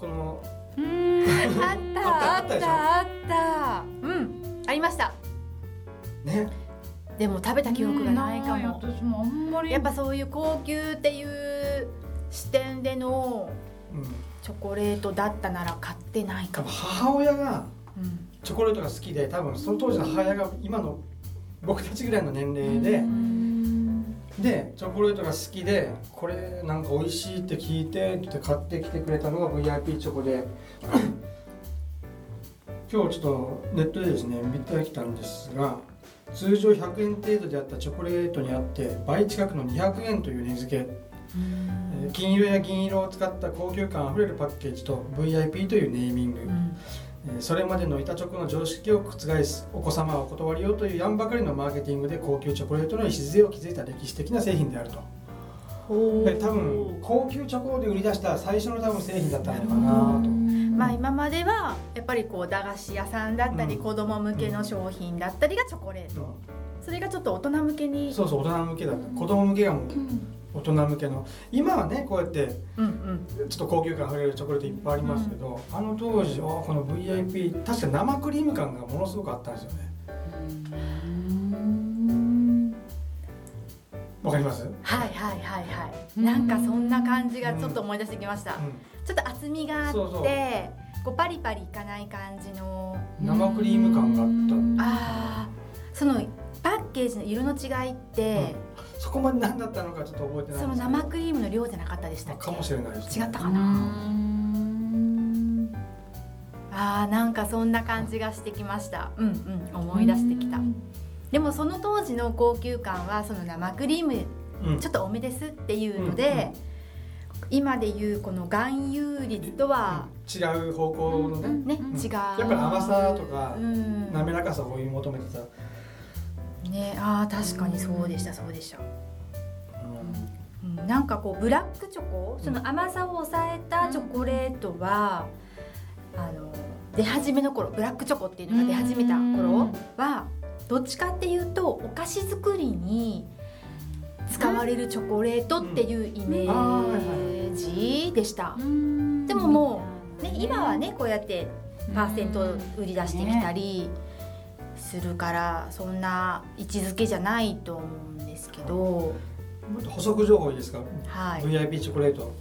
[SPEAKER 2] この
[SPEAKER 3] あっ
[SPEAKER 2] あったあったでしょ
[SPEAKER 3] あったうんありました
[SPEAKER 2] ね
[SPEAKER 3] でも食べた記憶がないか
[SPEAKER 5] うん
[SPEAKER 3] も
[SPEAKER 5] 私もあんまり
[SPEAKER 3] やっぱそういう高級っていう視点での
[SPEAKER 2] うん
[SPEAKER 3] チョコレートだったなら買ってない
[SPEAKER 2] 多
[SPEAKER 3] か
[SPEAKER 2] 分
[SPEAKER 3] も、
[SPEAKER 2] 母親が
[SPEAKER 3] うん
[SPEAKER 2] チョコレートが好きで多分その当時の母親が今の僕たちぐらいの年齢ででチョコレートが好きでこれなんか美味しいって聞いてって買ってきてくれたのが VIP チョコで今日ちょっとネットでですね見てきたんですが通常100円程度であったチョコレートにあって倍近くの200円という値付けえー金色や銀色を使った高級感あふれるパッケージと VIP というネーミング、えーそれまでの板チョコの常識を覆すお子様はお断りをというやんばかりのマーケティングで高級チョコレートの礎を築いた歴史的な製品であると
[SPEAKER 3] ほ
[SPEAKER 2] で多分高級チョコで売り出した最初の多分製品だったのかなと
[SPEAKER 3] まあ今まではやっぱりこう駄菓子屋さんだったり
[SPEAKER 2] うん
[SPEAKER 3] 子供向けの商品だったりがチョコレートそれがちょっと大人向け
[SPEAKER 2] うん
[SPEAKER 3] に
[SPEAKER 2] そうそう大人向けだった子供向けがもう大人向けの今はねこうやって
[SPEAKER 3] うんうん
[SPEAKER 2] ちょっと高級感あふれるチョコレートいっぱいありますけど、あの当時あーこの VIP 確か生クリーム感がものすごくあったんですよねわかります、うん、
[SPEAKER 3] はいはいはいはいなんかそんな感じがちょっと思い出してきました、ちょっと厚みがあって
[SPEAKER 2] そうそう
[SPEAKER 3] こうパリパリいかない感じの
[SPEAKER 2] 生クリーム感があ
[SPEAKER 3] あーそのパッケージの色の違いって、
[SPEAKER 2] ったそこまで何だったのかちょっと覚えてない
[SPEAKER 3] その生クリームの量じゃなかったでしたっけ
[SPEAKER 2] かもしれないです、
[SPEAKER 3] 違ったかな、あーなんかそんな感じがしてきましたうんうん思い出してきたでもその当時の高級感はその生クリーム
[SPEAKER 2] うん
[SPEAKER 3] ちょっと多めですっていうので、今でいうこの含有率とは
[SPEAKER 2] 違う方向のね、
[SPEAKER 3] ね、
[SPEAKER 5] うん
[SPEAKER 3] 違うや
[SPEAKER 2] やっぱり甘さとか
[SPEAKER 3] うん
[SPEAKER 2] 滑らかさを追い求めてた、
[SPEAKER 3] ねあー確かにそうでしたそうでした、
[SPEAKER 2] うん
[SPEAKER 3] うん、なんかこうブラックチョコその甘さを抑えたチョコレートは、あの出始めの頃ブラックチョコっていうのが出始めた頃はどっちかっていうとお菓子作りに使われるチョコレートっていうイメージでした、でももう、ね、今はねこうやってパーセントを売り出してきたりするからそんな位置づけじゃないと思うんですけど、
[SPEAKER 2] もっと補足情報いいですか、
[SPEAKER 3] はい、
[SPEAKER 2] VIP チョコレート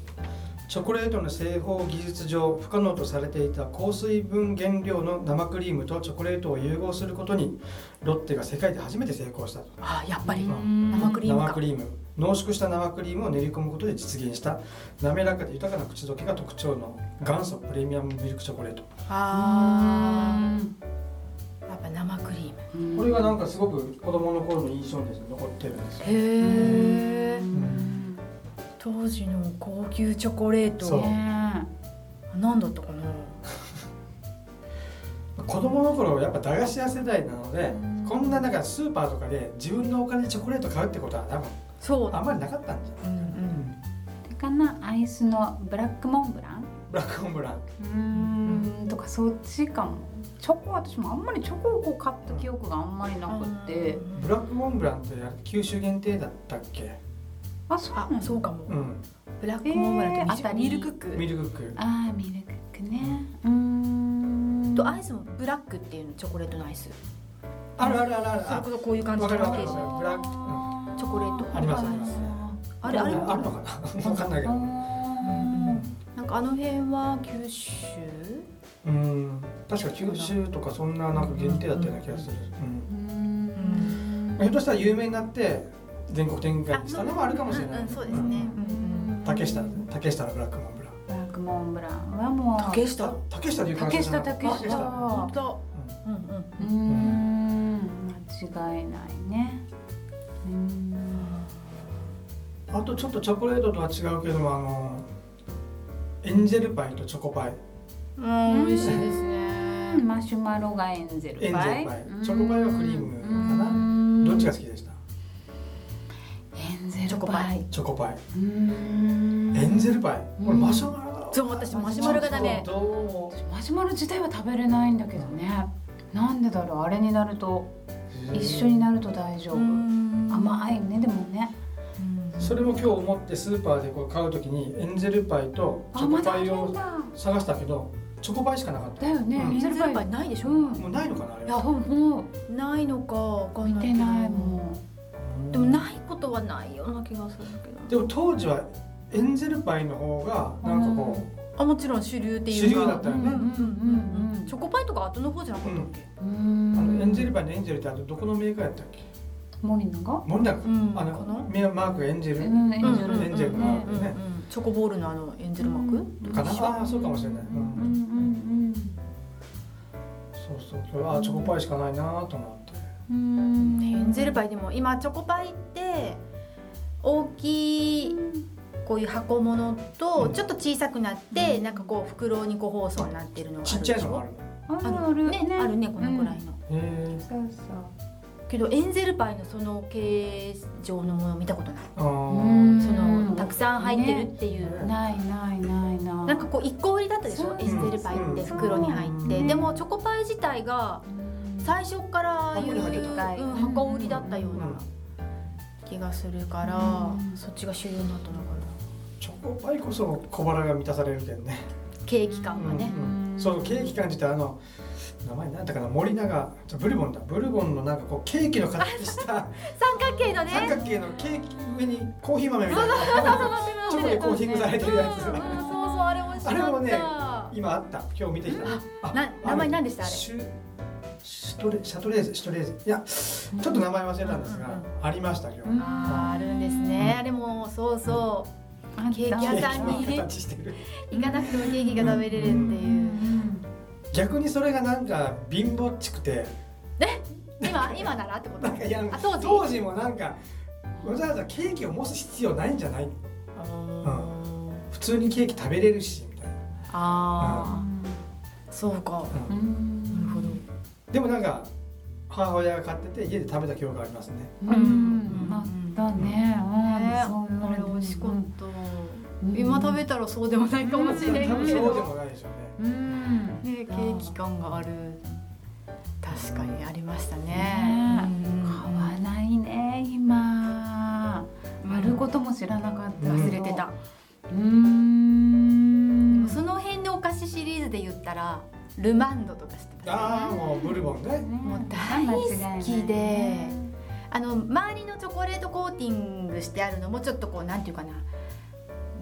[SPEAKER 2] チョコレートの製法技術上不可能とされていた高水分原料の生クリームとチョコレートを融合することにロッテが世界で初めて成功したと
[SPEAKER 3] あやっぱり
[SPEAKER 5] 生
[SPEAKER 3] 生クリーム
[SPEAKER 2] 生
[SPEAKER 3] か
[SPEAKER 2] クリーム濃縮した生クリームを練り込むことで実現した滑らかで豊かな口どけが特徴の元祖プレミアムミルクチョコレート
[SPEAKER 3] あーやっぱ生クリーム
[SPEAKER 2] これがなんかすごく子供の頃の印象に残ってるんですよ
[SPEAKER 3] へえ当時の高級チョコレー
[SPEAKER 2] そ
[SPEAKER 3] ト
[SPEAKER 2] う
[SPEAKER 3] 何だったかな
[SPEAKER 2] 子供の頃やっぱ駄菓子屋世代なのでこんななんかスーパーとかで自分のお金でチョコレート買うってことは多分
[SPEAKER 3] そう
[SPEAKER 2] あんまりなかったんじゃ
[SPEAKER 3] う
[SPEAKER 2] ない
[SPEAKER 3] ん
[SPEAKER 2] かな、
[SPEAKER 5] かなアイスのブラックモンブラン
[SPEAKER 2] ブラックモンブラン
[SPEAKER 5] うーんとかそっちかもチョコ私もあんまりチョコをこう買った記憶があんまりな
[SPEAKER 3] うん
[SPEAKER 5] くって
[SPEAKER 2] ブラックモンブランってあれ九州限定だったっけ
[SPEAKER 5] あそう
[SPEAKER 3] あ
[SPEAKER 5] なの
[SPEAKER 3] そうかも
[SPEAKER 2] うん
[SPEAKER 3] ブラックモンブランとミル,、
[SPEAKER 5] えーあたり
[SPEAKER 3] ミルクック
[SPEAKER 2] ミルクック
[SPEAKER 5] あーミルクックねうーん
[SPEAKER 3] とアイスもブラックっていうのチョコレートのアイス
[SPEAKER 2] あるあるあるある
[SPEAKER 3] それ
[SPEAKER 2] あ
[SPEAKER 3] こそこういう感じ
[SPEAKER 2] わ
[SPEAKER 3] の
[SPEAKER 2] か
[SPEAKER 3] パ
[SPEAKER 2] るわ
[SPEAKER 3] ッ
[SPEAKER 2] かるわか
[SPEAKER 3] ケージ
[SPEAKER 2] るブラックうん
[SPEAKER 3] チョコレート
[SPEAKER 2] ありますあります
[SPEAKER 3] あれあれ
[SPEAKER 2] あるのか なわかんないけど
[SPEAKER 3] なんかあの辺は九州
[SPEAKER 2] うん確か九州とかそんななんか限定だったような気がする、うんひょっとしたら有名になって全国展開にしたのもあるかもしれない、
[SPEAKER 3] うんうんそうです
[SPEAKER 2] う
[SPEAKER 3] ね、
[SPEAKER 2] ん竹下竹下のブラックモンブラン
[SPEAKER 5] ブラックモンブランはもう
[SPEAKER 3] 竹下
[SPEAKER 2] 竹下でいう感じ
[SPEAKER 5] 竹下
[SPEAKER 2] じゃな
[SPEAKER 5] 竹
[SPEAKER 2] かった
[SPEAKER 5] 下
[SPEAKER 3] 本当うんうん
[SPEAKER 5] うーん間違いないねうーん
[SPEAKER 2] あとちょっとチョコレートとは違うけどもあのエンジェルパイとチョコパイ
[SPEAKER 3] うん美味しいです
[SPEAKER 5] うーん
[SPEAKER 3] ね。
[SPEAKER 5] マシュマロがエンゼルパイ
[SPEAKER 2] エンゼルパイチョコパイはクリームかな
[SPEAKER 5] な
[SPEAKER 2] どっちが好きでした
[SPEAKER 5] エンゼ
[SPEAKER 3] チョ
[SPEAKER 5] ル
[SPEAKER 3] コ
[SPEAKER 5] パ
[SPEAKER 3] パ
[SPEAKER 5] イ
[SPEAKER 3] イ
[SPEAKER 2] チョコパイ
[SPEAKER 5] うーん
[SPEAKER 2] エンゼルパイこれマシュマロだ
[SPEAKER 3] そう私マシュマロがダメ
[SPEAKER 2] どうも
[SPEAKER 5] マシュマロ自体は食べれないんだけどねなんでだろうあれになると一緒になると大丈夫
[SPEAKER 3] 甘
[SPEAKER 5] 甘いねでもね
[SPEAKER 2] それも今日思ってスーパーでこう買うときにエンゼルパイとチ
[SPEAKER 5] あ
[SPEAKER 2] ョ
[SPEAKER 5] ま
[SPEAKER 2] コ
[SPEAKER 5] だあ
[SPEAKER 2] パイ
[SPEAKER 5] るん
[SPEAKER 2] を
[SPEAKER 5] だ
[SPEAKER 2] 探したけどチョコパイしかなかっ
[SPEAKER 5] だよね
[SPEAKER 2] うん
[SPEAKER 5] エンゼル
[SPEAKER 3] い。
[SPEAKER 5] パ
[SPEAKER 3] やっ
[SPEAKER 5] イ
[SPEAKER 3] ぱりないでし
[SPEAKER 5] う
[SPEAKER 3] ょ。
[SPEAKER 5] ん
[SPEAKER 2] たもうないのかなあれ
[SPEAKER 5] いやほんも
[SPEAKER 3] ないのかわかん
[SPEAKER 5] う
[SPEAKER 3] な
[SPEAKER 5] 見
[SPEAKER 3] い
[SPEAKER 5] て
[SPEAKER 3] けど
[SPEAKER 5] ないも
[SPEAKER 3] でもないことはないような気がするけど。
[SPEAKER 2] でも当時はエンゼルパイの方がなんかこう
[SPEAKER 3] あもちろん主流っていうか。
[SPEAKER 2] 主流だったよ
[SPEAKER 5] ん
[SPEAKER 2] ね
[SPEAKER 5] うんうんうん
[SPEAKER 3] チョコパイとか後の方じゃなかったっけ？
[SPEAKER 5] う
[SPEAKER 2] あのエン
[SPEAKER 5] ん
[SPEAKER 2] ジェルパイのエンジェルってあとどこのメーカーやったっけ
[SPEAKER 5] 森永が
[SPEAKER 2] 森永か
[SPEAKER 3] うん
[SPEAKER 2] あ
[SPEAKER 3] この
[SPEAKER 2] のメマークエンジェ
[SPEAKER 5] う
[SPEAKER 2] ル
[SPEAKER 5] んエンゼ
[SPEAKER 3] う
[SPEAKER 5] ル
[SPEAKER 3] ん
[SPEAKER 2] エンジェル
[SPEAKER 5] う
[SPEAKER 2] マ
[SPEAKER 5] ん
[SPEAKER 2] ークね
[SPEAKER 3] チョコボールのあのエンゼルマーク？
[SPEAKER 2] かなああそうかもしれない、う、
[SPEAKER 5] うんうんん
[SPEAKER 2] そうそうそれあーチョコパイしかないなーと思って
[SPEAKER 5] うんうん
[SPEAKER 3] エンゼルパイでも今チョコパイって大きいこういう箱物
[SPEAKER 2] う
[SPEAKER 3] と
[SPEAKER 2] ん
[SPEAKER 3] ちょっと小さくなって、なんかこう袋に個包装になってるのがある
[SPEAKER 2] ちっちゃいのもあるの
[SPEAKER 5] あ
[SPEAKER 3] あ
[SPEAKER 5] る
[SPEAKER 3] の
[SPEAKER 5] ある
[SPEAKER 3] ねあるねこのくらい
[SPEAKER 5] う
[SPEAKER 2] へ
[SPEAKER 3] の、
[SPEAKER 5] ん
[SPEAKER 2] え
[SPEAKER 5] そうそう
[SPEAKER 3] けどエンゼルパイのその形状のもの見たことない、
[SPEAKER 2] あ
[SPEAKER 5] うん
[SPEAKER 2] ー
[SPEAKER 3] そのたくさん入ってるっていう、
[SPEAKER 5] ないないないない
[SPEAKER 3] なんかこう一個売りだったでし
[SPEAKER 5] そ
[SPEAKER 3] ょ
[SPEAKER 5] う
[SPEAKER 3] エンゼルパイって袋に入って、
[SPEAKER 5] うん
[SPEAKER 3] でもチョコパイ自体が最初からああいう
[SPEAKER 5] 箱に入ってた
[SPEAKER 3] うん箱売りだったよう
[SPEAKER 2] う
[SPEAKER 3] なん気がするから、
[SPEAKER 5] うん
[SPEAKER 3] そっちが主流になったのかな
[SPEAKER 2] チョコパイこそ小腹が満たされるけどね
[SPEAKER 3] ケーキ感がね、
[SPEAKER 2] うんそうケーキ感じてあの名前なんだかな森永じゃブルボンだブルボンのなんかこうケーキの形した
[SPEAKER 3] 三角形の
[SPEAKER 2] 三
[SPEAKER 3] ね
[SPEAKER 2] 角形のケーキ上にコーヒー豆みたいなチョコでコーティングされてるやつ
[SPEAKER 3] うんそうそうあれ美味しかった
[SPEAKER 2] あれもね今あった今日見てきたあ
[SPEAKER 3] な
[SPEAKER 2] あ
[SPEAKER 3] 名前何でしたあれ
[SPEAKER 2] シュシュトレシャトレーゼシュトレーゼいやちょっと名前忘れたんですが、
[SPEAKER 3] うんうん
[SPEAKER 2] ありました今日、
[SPEAKER 3] あーあるんですね、あれもそうそうケーキ屋さんに
[SPEAKER 2] ケーキの形してる
[SPEAKER 3] 行かなくてもケーキが食べれるっていう、
[SPEAKER 2] 逆にそれがなんか貧乏っちくて
[SPEAKER 3] 今今ならってこと
[SPEAKER 2] なんかいや
[SPEAKER 3] あ当時
[SPEAKER 2] 当時もなんかわざわざケーキを持つ必要ないんじゃない
[SPEAKER 3] あ
[SPEAKER 2] 普通にケーキ食べれるしみたいな
[SPEAKER 3] あーそうか
[SPEAKER 2] うん
[SPEAKER 3] なるほど
[SPEAKER 2] でもなんか母親が買ってて家で食べた記憶がありますね
[SPEAKER 5] うんあったね
[SPEAKER 3] ね
[SPEAKER 5] うんそんな
[SPEAKER 3] あれ美味しかっ
[SPEAKER 5] うん
[SPEAKER 3] た、
[SPEAKER 5] うん
[SPEAKER 3] 今食べたらそうでもないかもしれ
[SPEAKER 2] 多
[SPEAKER 3] ん
[SPEAKER 2] 分
[SPEAKER 3] け
[SPEAKER 2] そうで
[SPEAKER 3] ど、
[SPEAKER 2] もないでしょうね
[SPEAKER 5] うん
[SPEAKER 3] ね、ケーキ感がある確かにありましたね
[SPEAKER 5] ね
[SPEAKER 3] うん
[SPEAKER 5] 買わないね今
[SPEAKER 3] うん
[SPEAKER 5] あることも知らなかった
[SPEAKER 2] うん
[SPEAKER 5] 忘れてたうーん
[SPEAKER 3] その辺のお菓子シリーズで言ったらルマンドとか知ってます
[SPEAKER 2] ああもうブルボンね
[SPEAKER 3] も
[SPEAKER 5] も
[SPEAKER 3] う
[SPEAKER 5] う大
[SPEAKER 3] 大好
[SPEAKER 5] 好き
[SPEAKER 3] きで、
[SPEAKER 5] で
[SPEAKER 3] あの周りのチョコレートコーティングしてあるのもちょっとこうなんていうかな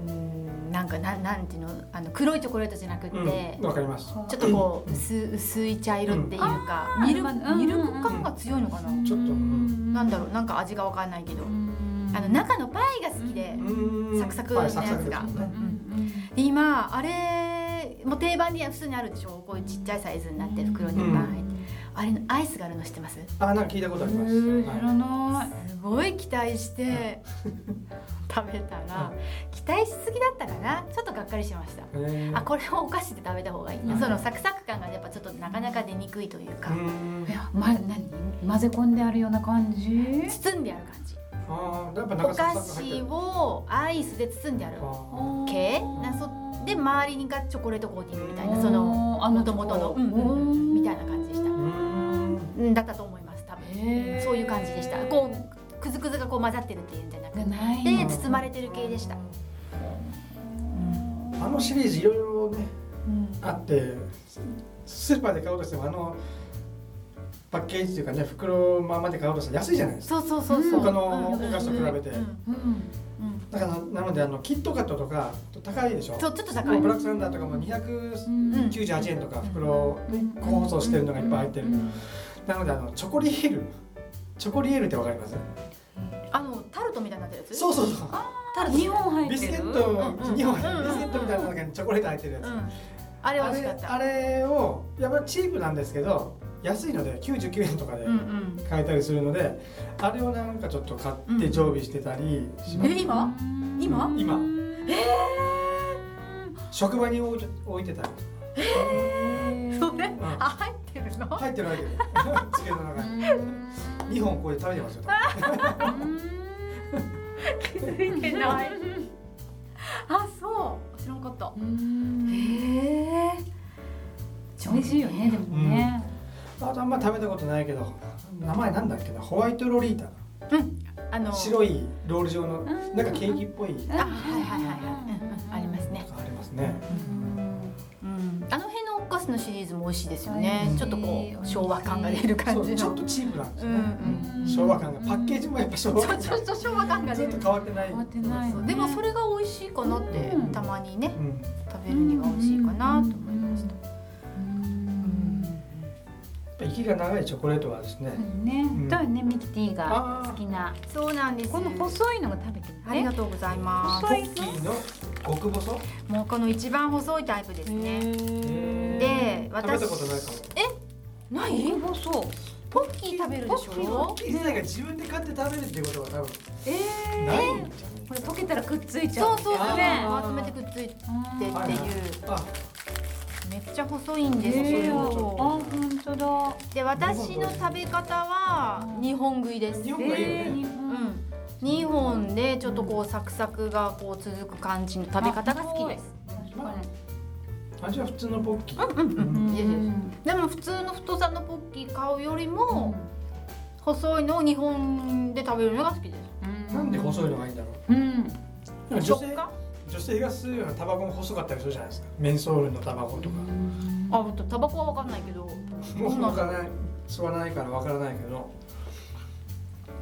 [SPEAKER 3] うーんなんかななんていうのあの黒いチョコレートじゃなくって、
[SPEAKER 2] うんわかります
[SPEAKER 3] ちょっとこう薄薄い茶色っていうか、
[SPEAKER 5] うん
[SPEAKER 3] ミル
[SPEAKER 5] あー
[SPEAKER 3] クミルク感が強いのかな、
[SPEAKER 2] ちょっとうん
[SPEAKER 3] なんだろうなんか味がわかんないけど、あ
[SPEAKER 5] あ
[SPEAKER 3] の中のパイが好きで,、
[SPEAKER 2] うん
[SPEAKER 3] サクサクのやつが
[SPEAKER 2] はいサクサクですね
[SPEAKER 3] で今あれもう定番には普通にあるでしょこういうちっちゃいサイズになって袋にバーン入って、あれのアイスがあるの知ってます
[SPEAKER 2] あーなんか聞いたことあります
[SPEAKER 5] 知
[SPEAKER 2] はい
[SPEAKER 5] らない
[SPEAKER 3] すごい期待して食べたら期待しすぎだったかなちょっとがっかりしました
[SPEAKER 2] へー
[SPEAKER 3] あこれはお菓子で食べた方がいいな、
[SPEAKER 2] うん
[SPEAKER 3] そのサクサク感がやっぱちょっとなかなか出にくいというか、
[SPEAKER 2] うん
[SPEAKER 5] いやま何混ぜ込んであるような感じ
[SPEAKER 3] 包んである感じ
[SPEAKER 2] あーやっぱ
[SPEAKER 3] お
[SPEAKER 2] 中サ
[SPEAKER 3] 菓
[SPEAKER 2] クサク入って
[SPEAKER 3] 子
[SPEAKER 2] る
[SPEAKER 3] をアイスで包んである
[SPEAKER 2] あ
[SPEAKER 3] 系なそで周りにがチョコレートコーティングみたいな
[SPEAKER 2] うん
[SPEAKER 3] その
[SPEAKER 5] あ
[SPEAKER 3] もともとの、うんうんうんみたいな感じでした
[SPEAKER 2] ーうん
[SPEAKER 3] うんだったと思います多
[SPEAKER 5] へ
[SPEAKER 3] 分
[SPEAKER 5] ー
[SPEAKER 3] そういう感じでしたこうクズクズがこう混ざってるっていうんじゃなく
[SPEAKER 5] が
[SPEAKER 3] て
[SPEAKER 5] ない
[SPEAKER 3] で
[SPEAKER 5] の
[SPEAKER 3] 包まれてる系でした、
[SPEAKER 2] あのシリーズいろいろねあってスーパーで買おうとしてもあのパッケージというかね袋ままで買おうとしたら安いじゃないですか
[SPEAKER 3] そうそうそうそう、
[SPEAKER 5] うん
[SPEAKER 2] 他のお菓子と比べて
[SPEAKER 3] うん
[SPEAKER 5] うん
[SPEAKER 3] うん
[SPEAKER 2] だからなのであのキットカットとか高いでしょ
[SPEAKER 3] そうちょっと高い
[SPEAKER 2] ブラックサンダーとかも
[SPEAKER 5] うん
[SPEAKER 2] 298円とか袋で個包装してるのがいっぱい入ってるなのであのチョコリエールチョコリエールってわかります
[SPEAKER 3] あのタルトみたいになってるやつ
[SPEAKER 2] そううそうそう
[SPEAKER 3] タルト
[SPEAKER 5] 日本入ってる
[SPEAKER 2] ビスケッ
[SPEAKER 5] うん
[SPEAKER 2] ト
[SPEAKER 3] うん
[SPEAKER 2] 日本ビ
[SPEAKER 3] うん
[SPEAKER 2] スケットみたいな中にチョコレート入ってるやつ
[SPEAKER 3] うんあれ美味しかった
[SPEAKER 2] あれあれをやっぱりチープなんですけど安いので99円とかで
[SPEAKER 3] うんうん
[SPEAKER 2] 買えたりするのであれをなんかちょっと買って常備してたりします、
[SPEAKER 3] え今今
[SPEAKER 2] 今職場に置いて置いてたり
[SPEAKER 3] それ
[SPEAKER 2] ん
[SPEAKER 3] あ入ってるの
[SPEAKER 2] 入ってる入って る机の中に2本こうやって食べてますよ
[SPEAKER 3] 気づいてないあそう知らんかった
[SPEAKER 5] へえ美味しいよねでもね
[SPEAKER 2] 多分あとあんま食べたことないけど名前なんだっけなホワイトロリータ
[SPEAKER 3] あの
[SPEAKER 2] 白いロール状の
[SPEAKER 5] ん
[SPEAKER 2] なんかケーキっぽい
[SPEAKER 5] あ
[SPEAKER 3] あはいはいはいはいうんうんありますね
[SPEAKER 2] ありますね
[SPEAKER 3] うんあの辺のお菓子のシリーズも美味しいですよ
[SPEAKER 5] う
[SPEAKER 3] ね
[SPEAKER 5] ん
[SPEAKER 3] ちょっとこう昭和感が出る感
[SPEAKER 2] そ
[SPEAKER 3] じ
[SPEAKER 2] う
[SPEAKER 3] の
[SPEAKER 2] ちょっとチープなんです
[SPEAKER 3] うん
[SPEAKER 2] よ
[SPEAKER 3] う
[SPEAKER 2] ね、
[SPEAKER 3] ん
[SPEAKER 5] うん
[SPEAKER 2] 昭和感がパッケージもやっぱ昭和
[SPEAKER 3] ちょ
[SPEAKER 2] 感
[SPEAKER 3] ちょ
[SPEAKER 2] が
[SPEAKER 3] っと昭和感が
[SPEAKER 2] ず
[SPEAKER 3] 出
[SPEAKER 2] っと
[SPEAKER 3] る
[SPEAKER 2] 変わってない
[SPEAKER 5] 変わってない
[SPEAKER 3] そうでもそれが美味しいかなって
[SPEAKER 5] うん
[SPEAKER 3] たまにね
[SPEAKER 2] うん
[SPEAKER 3] 食べるには美味しいかなと思いました
[SPEAKER 2] やっぱ息が長いチョコレートはですね、
[SPEAKER 5] ねとねミキティが好きな
[SPEAKER 3] そうなんです
[SPEAKER 5] この細いのが食べて
[SPEAKER 3] あり
[SPEAKER 5] る
[SPEAKER 3] が
[SPEAKER 5] ね
[SPEAKER 3] とうございま
[SPEAKER 2] ポ
[SPEAKER 5] 細
[SPEAKER 3] す
[SPEAKER 5] い
[SPEAKER 2] ッキーの極細
[SPEAKER 3] もうこの一番細いタイプですねで
[SPEAKER 2] 食べ
[SPEAKER 3] 私
[SPEAKER 2] たことないかも
[SPEAKER 3] ない
[SPEAKER 5] 細そう
[SPEAKER 3] ポッキー食べるでし
[SPEAKER 5] ポッキー
[SPEAKER 3] ょ
[SPEAKER 2] ポッキー自体が自分で買って食べるってことは多分ないんじゃない
[SPEAKER 5] これ溶けたらくっついちゃ
[SPEAKER 3] そううそうそう
[SPEAKER 5] ね
[SPEAKER 2] あー
[SPEAKER 3] 集めてくっついてっていう
[SPEAKER 2] はいはいあ
[SPEAKER 3] めっちゃ細いんです
[SPEAKER 5] へえあ
[SPEAKER 3] よ
[SPEAKER 5] 本当だ
[SPEAKER 3] で私の食べ方は2本食いです
[SPEAKER 2] 日
[SPEAKER 3] う
[SPEAKER 2] 本がいいよ
[SPEAKER 5] えー
[SPEAKER 2] ね
[SPEAKER 5] 日
[SPEAKER 3] ん
[SPEAKER 5] 本
[SPEAKER 3] 2本でちょっとこうサクサクがこう続く感じの食べ方が好きです
[SPEAKER 2] まあ味は普通のポッキー
[SPEAKER 3] うんうんうん
[SPEAKER 5] うん
[SPEAKER 3] いやいやいやでも普通の太さのポッキー買うよりも細いのを2本で食べるのが好きです
[SPEAKER 2] なんで細
[SPEAKER 5] い
[SPEAKER 2] いのがいいんだろ
[SPEAKER 5] うん
[SPEAKER 2] うなんか女
[SPEAKER 3] 食
[SPEAKER 2] 性
[SPEAKER 3] 感
[SPEAKER 2] 女性が吸うようなタバコも細かったりするじゃないですかメンソールのタバコとか
[SPEAKER 3] あ、ほんとタバコは分かんないけど、
[SPEAKER 2] もうかない座らないからわからないけど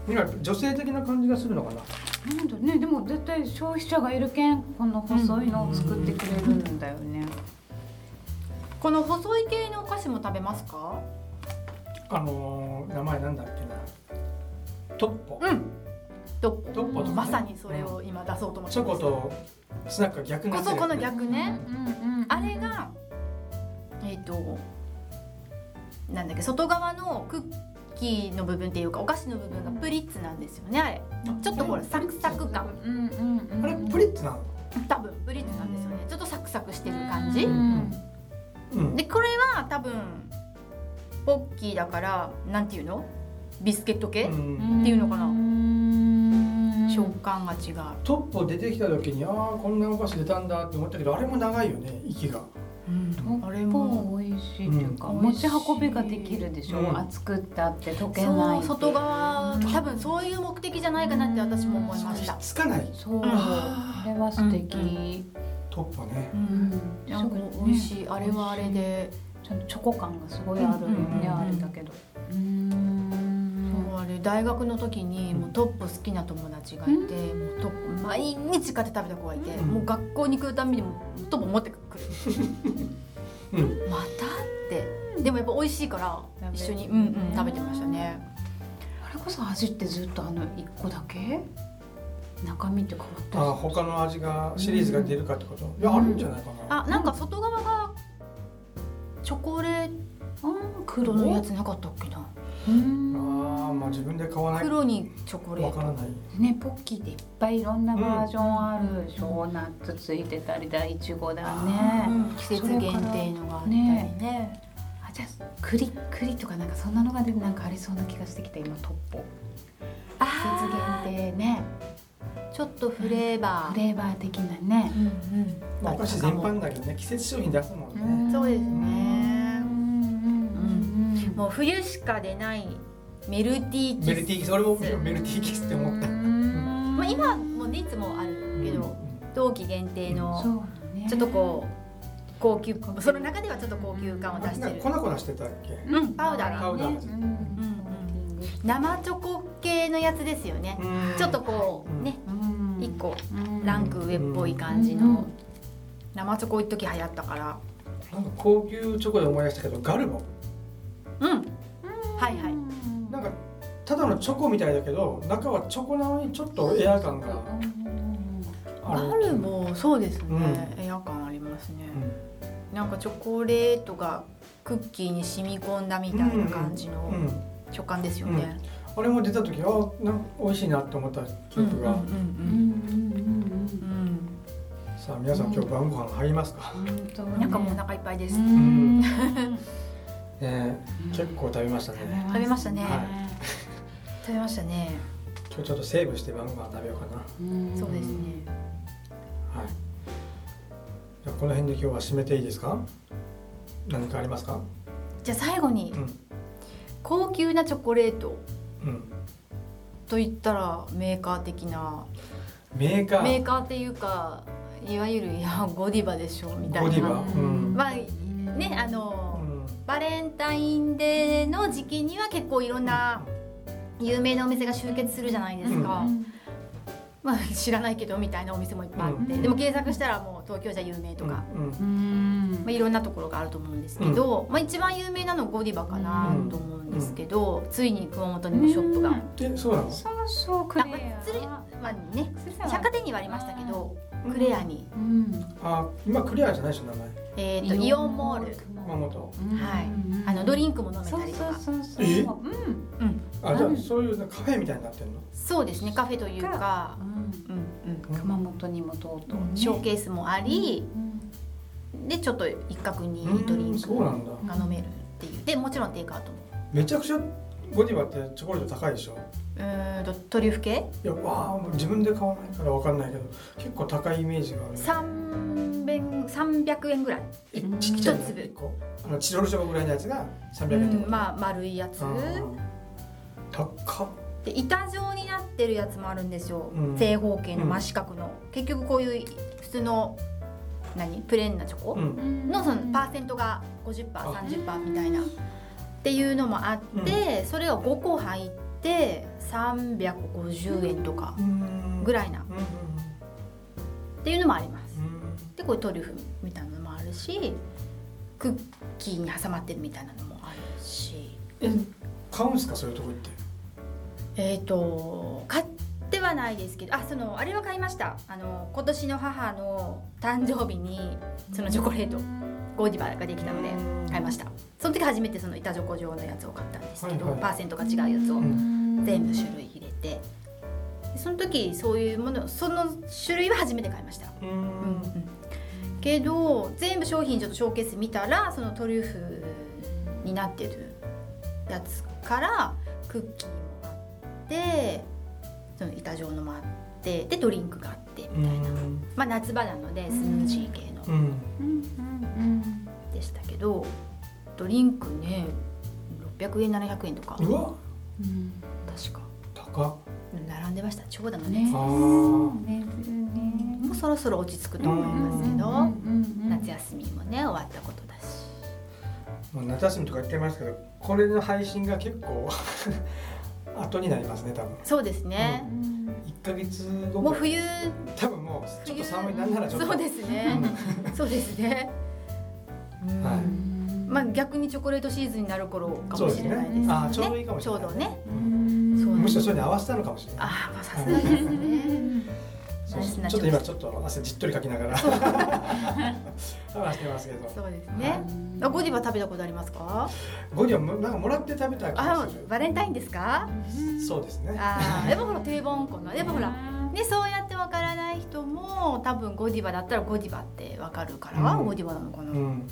[SPEAKER 2] 今女性的な感じがするのかな
[SPEAKER 5] なんだろうねでも絶対消費者がいるけんこの細いのを作ってくれるんだよね。
[SPEAKER 3] この細い系のお菓子も食べますか
[SPEAKER 2] あのー名前なんだっけなトッポ
[SPEAKER 3] どこ
[SPEAKER 2] トッポとかね
[SPEAKER 3] まさにそれを今出そうと思って
[SPEAKER 2] チョ
[SPEAKER 3] ます
[SPEAKER 2] コとスナックが逆な
[SPEAKER 3] こ
[SPEAKER 2] んだよ
[SPEAKER 3] そ
[SPEAKER 2] ね
[SPEAKER 3] この逆ね、
[SPEAKER 5] うんうん
[SPEAKER 3] あれがえっ、となんだっけ外側のクッキーの部分っていうかお菓子の部分がプリッツなんですよねあれちょっとほらサクサク感
[SPEAKER 5] うんうんうん。
[SPEAKER 2] あれプリッツなの
[SPEAKER 3] 多分プリッツなんですよねちょっとサクサクしてる感じ
[SPEAKER 5] うん
[SPEAKER 2] うん
[SPEAKER 3] でこれは多分ポッキーだからなんていうのビスケット系、
[SPEAKER 2] うん
[SPEAKER 3] っていうのかな
[SPEAKER 5] な
[SPEAKER 3] 食感が違う
[SPEAKER 2] トッポ出てきた時にああこんなお菓子出たんだって思ったけどあれも長いよね息が
[SPEAKER 3] あれも
[SPEAKER 5] も美味しいっていうか、
[SPEAKER 3] うん
[SPEAKER 5] 持ち運びができるでしょ、
[SPEAKER 2] うん
[SPEAKER 5] 熱くったって溶けな
[SPEAKER 3] そ
[SPEAKER 5] いう
[SPEAKER 3] 外側多分そういう目的じゃないかなって私も思いました
[SPEAKER 2] つかない
[SPEAKER 5] そう、
[SPEAKER 2] あ
[SPEAKER 5] あれは素敵、
[SPEAKER 2] トッポね
[SPEAKER 3] う
[SPEAKER 5] うんん
[SPEAKER 3] なんか美味しいあれはあれで
[SPEAKER 5] ちょっとチョコ感がすごいあるよね、
[SPEAKER 2] うん
[SPEAKER 5] あれだけど
[SPEAKER 3] もうあれ大学の時にもうトップ好きな友達がいてもうトップ毎日買って食べた子がいて
[SPEAKER 2] うん
[SPEAKER 3] もう学校に行くたびにもうトップ持ってくる
[SPEAKER 2] うん
[SPEAKER 3] またってでもやっぱ美味しいから一緒にうんうん食べてましたね
[SPEAKER 5] あれこそ味ってずっとあの一個だけ中身って変わった
[SPEAKER 2] あ
[SPEAKER 5] り
[SPEAKER 2] ー他の味がシリーズが出るかってこといやあるんじゃないかな
[SPEAKER 3] あなんか外側がチョコレー
[SPEAKER 5] うん
[SPEAKER 3] ト
[SPEAKER 5] 黒
[SPEAKER 3] のや
[SPEAKER 5] の
[SPEAKER 3] つなかったっけな
[SPEAKER 5] うん
[SPEAKER 2] あーまあ自分で買わない
[SPEAKER 3] 黒にチョコレ
[SPEAKER 2] わ
[SPEAKER 3] ー
[SPEAKER 2] か
[SPEAKER 3] ト
[SPEAKER 2] らない
[SPEAKER 5] ねポッキーっていっぱいいろんなバージョンある、ショーナッツついてたりだいちごだね
[SPEAKER 3] 季節限定のがあったりね
[SPEAKER 5] あじゃあ栗栗とかなんかそんなのがでもなんかありそうな気がしてきた今トッポ季
[SPEAKER 3] あ
[SPEAKER 5] 節限定ね
[SPEAKER 3] ーちょっとフレーバー
[SPEAKER 5] フレーバー的なね
[SPEAKER 3] うんうん
[SPEAKER 2] まあお菓子全般だけどね季節商品出すもんね
[SPEAKER 3] そうですね
[SPEAKER 5] うんうん
[SPEAKER 1] も
[SPEAKER 3] もう冬しか出ないメルティーキ
[SPEAKER 2] メルティーキス俺もメルティーキスって思った
[SPEAKER 3] まあ、今もねいつもあるけど、冬季限
[SPEAKER 5] そ
[SPEAKER 3] 定
[SPEAKER 5] う
[SPEAKER 3] の
[SPEAKER 5] ね
[SPEAKER 3] ちょっとこう高級その中ではちょっと高級感を出して
[SPEAKER 2] なん
[SPEAKER 3] る
[SPEAKER 2] か粉々してたっけ
[SPEAKER 3] うんパウダー
[SPEAKER 2] パウダーがついて
[SPEAKER 5] うん
[SPEAKER 3] うん生チョコ系のやつですよね、
[SPEAKER 2] うん
[SPEAKER 3] ちょっとこうね
[SPEAKER 5] うん
[SPEAKER 3] 一個
[SPEAKER 5] うん
[SPEAKER 3] ランク上っぽい感じ
[SPEAKER 5] う
[SPEAKER 3] の
[SPEAKER 5] ん
[SPEAKER 3] 生チョコ一時流行ったから
[SPEAKER 2] なんか高級チョコで思い出したけどガルボ
[SPEAKER 3] うんはいはい
[SPEAKER 2] なんかただのチョコみたいだけど中はチョコなのにちょっとエア感がある
[SPEAKER 3] ガルボそうですね
[SPEAKER 2] ね、
[SPEAKER 3] エア感ありますね、
[SPEAKER 2] う
[SPEAKER 3] なんかチョコレートがクッキーに染み込んだみたいな感じの
[SPEAKER 2] ん、うん
[SPEAKER 3] 食感ですよね。
[SPEAKER 2] あれも出た時あなんか美味しいなって思った記憶が、
[SPEAKER 3] うんうんうんうん
[SPEAKER 2] さあ皆さん今日晩ご飯入りますか、
[SPEAKER 3] うんなんかもうお腹いっぱいです。
[SPEAKER 2] うんねえ結構食べましたね
[SPEAKER 3] 食べましたね。
[SPEAKER 2] は
[SPEAKER 3] 食べましたね。
[SPEAKER 2] 今日ちょっとセーブして晩ご飯食べようかな
[SPEAKER 3] そうですね。
[SPEAKER 2] はいじゃあこの辺で今日は締めていいですか何かありますか
[SPEAKER 3] じゃあ最後に
[SPEAKER 2] うん
[SPEAKER 3] 高級なチョコレート
[SPEAKER 2] うん
[SPEAKER 3] と言ったらメーカー的な
[SPEAKER 2] メーカー
[SPEAKER 3] メーカーっていうかいわゆるいやゴディバでしょみた
[SPEAKER 2] ゴデ
[SPEAKER 3] い
[SPEAKER 2] ィ
[SPEAKER 3] な。
[SPEAKER 2] バうん、
[SPEAKER 3] まあねあの。
[SPEAKER 2] うん
[SPEAKER 3] バレンタインデーの時期には結構いろんな有名なお店が集結するじゃないですか、まあ、知らないけどみたいなお店もいっぱいあって、
[SPEAKER 2] うん
[SPEAKER 3] でも検索したらもう東京じゃ有名とか、
[SPEAKER 2] うんうん
[SPEAKER 5] うん
[SPEAKER 3] まあ、いろんなところがあると思うんですけど、まあ、一番有名なのゴディバかなと思うんですけど、ついに熊本にもショップが、
[SPEAKER 5] うん
[SPEAKER 2] でそうなの
[SPEAKER 5] そうそうクレア
[SPEAKER 3] 釣りまあね、百貨店にはありましたけど、
[SPEAKER 2] うん
[SPEAKER 3] クレアに、
[SPEAKER 5] うん
[SPEAKER 2] あ今クリアじゃないでしょ名前
[SPEAKER 3] えー、とイオンモール
[SPEAKER 2] 熊本
[SPEAKER 3] はいあのド
[SPEAKER 5] ン
[SPEAKER 3] リンクも飲め
[SPEAKER 5] そ
[SPEAKER 3] た
[SPEAKER 5] う
[SPEAKER 3] りと
[SPEAKER 5] そう
[SPEAKER 3] か
[SPEAKER 5] そうそう
[SPEAKER 2] え
[SPEAKER 5] うん
[SPEAKER 2] あじゃ
[SPEAKER 5] う
[SPEAKER 2] あ
[SPEAKER 5] ん
[SPEAKER 2] そういうカフェみたいになってんの
[SPEAKER 3] そうですねカフェというか
[SPEAKER 5] う、ん
[SPEAKER 3] うんうん、
[SPEAKER 5] 熊本にもとうとう
[SPEAKER 3] ショーケースもあり、でちょっと一角にドリンク
[SPEAKER 2] そうなんだ
[SPEAKER 3] が飲めるっていうでもちろんテイクアウトも
[SPEAKER 2] めちゃくちゃゴディバってチョコレート高いでしょ
[SPEAKER 3] うーんとトリュフ系
[SPEAKER 2] いやわあ自分で買わないからわかんないけど結構高いイメージがある
[SPEAKER 3] 3円300円ぐらい、
[SPEAKER 2] えちっちゃいの
[SPEAKER 3] 一粒
[SPEAKER 2] 一個あのチロルチョコぐらいのやつが300
[SPEAKER 3] う
[SPEAKER 2] 円と
[SPEAKER 3] ん
[SPEAKER 2] か、
[SPEAKER 3] まあ丸いやつ
[SPEAKER 2] うん高っ
[SPEAKER 3] で板状になってるやつもあるんですよ、
[SPEAKER 2] うん
[SPEAKER 3] 正方形の真四角の、結局こういう普通の何プレーンなチョコ、
[SPEAKER 2] うん
[SPEAKER 3] のそのパーセントが50%30% みたいなっていうのもあって、それが5個入って350円とか
[SPEAKER 2] うん
[SPEAKER 3] ぐ
[SPEAKER 2] らい
[SPEAKER 3] らいな
[SPEAKER 2] うん
[SPEAKER 3] っていうのもあります。
[SPEAKER 2] うん
[SPEAKER 3] でこういうトリュフみたいなのもあるしクッキーに挟まってるみたいなのもあるし
[SPEAKER 2] 買うんですかそういうとこ行って
[SPEAKER 3] えっ、と買ってはないですけどあそのあれは買いましたあの今年の母の誕生日にそのチョコレートゴーディバができたので買いましたその時初めてその板チョコ状のやつを買ったんですけど、
[SPEAKER 2] はいはい
[SPEAKER 3] パーセントが違うやつを
[SPEAKER 2] うん
[SPEAKER 3] 全部種類入れてでその時そういうものその種類は初めて買いました
[SPEAKER 2] うんうん
[SPEAKER 3] けど全部商品ちょっとショーケース見たらそのトリュフになってるやつからクッキーもあってその板状のもあってでドリンクがあって、
[SPEAKER 2] うん
[SPEAKER 3] まあ、夏場なのでスムージー系の
[SPEAKER 2] うん
[SPEAKER 3] でしたけどドリンクね600円700円とか
[SPEAKER 2] うわ
[SPEAKER 3] 確か
[SPEAKER 2] 高っ
[SPEAKER 3] 並んでました長蛇の
[SPEAKER 5] ね
[SPEAKER 3] ね
[SPEAKER 2] あー
[SPEAKER 3] もうそろそろ落ち着くと思いますけど、夏休みもね終わったことだし。
[SPEAKER 2] もう夏休みとか言ってますけどこれの配信が結構 後になりますね多分
[SPEAKER 3] そうですね。
[SPEAKER 2] 一ヶ月後ぐ
[SPEAKER 3] もう
[SPEAKER 2] らい
[SPEAKER 3] 冬
[SPEAKER 2] 多分もうちょっと寒いなんならちょっと
[SPEAKER 3] そうですね。そうですね。うん
[SPEAKER 2] はい
[SPEAKER 3] まあ逆にチョコレートシーズンになる頃か
[SPEAKER 2] そう
[SPEAKER 3] も
[SPEAKER 2] で
[SPEAKER 3] し
[SPEAKER 2] すね
[SPEAKER 3] れないですね。
[SPEAKER 2] あーちょうどいいかもしれない
[SPEAKER 3] ちょうどね。
[SPEAKER 2] うん
[SPEAKER 3] そう
[SPEAKER 2] むしろそれに合わせたのかもしれない
[SPEAKER 3] ああ、まあさすがですね。
[SPEAKER 2] そう
[SPEAKER 3] ナイスな
[SPEAKER 2] ちょっと今ちょっと汗じっとりかきなが ら話してますけど
[SPEAKER 3] そうですね。あゴディバ食べたことありますか？
[SPEAKER 2] ゴディはもなんかもらって食べた気が
[SPEAKER 3] あ
[SPEAKER 2] する
[SPEAKER 3] バレンタインですか？
[SPEAKER 2] そうですね
[SPEAKER 3] ああ、でもほら定番かな。でもほら。ね、そうやってわからない人も多分ゴディバだったらゴディバってわかるから、
[SPEAKER 2] うん
[SPEAKER 3] ゴディバなのかな、
[SPEAKER 2] うん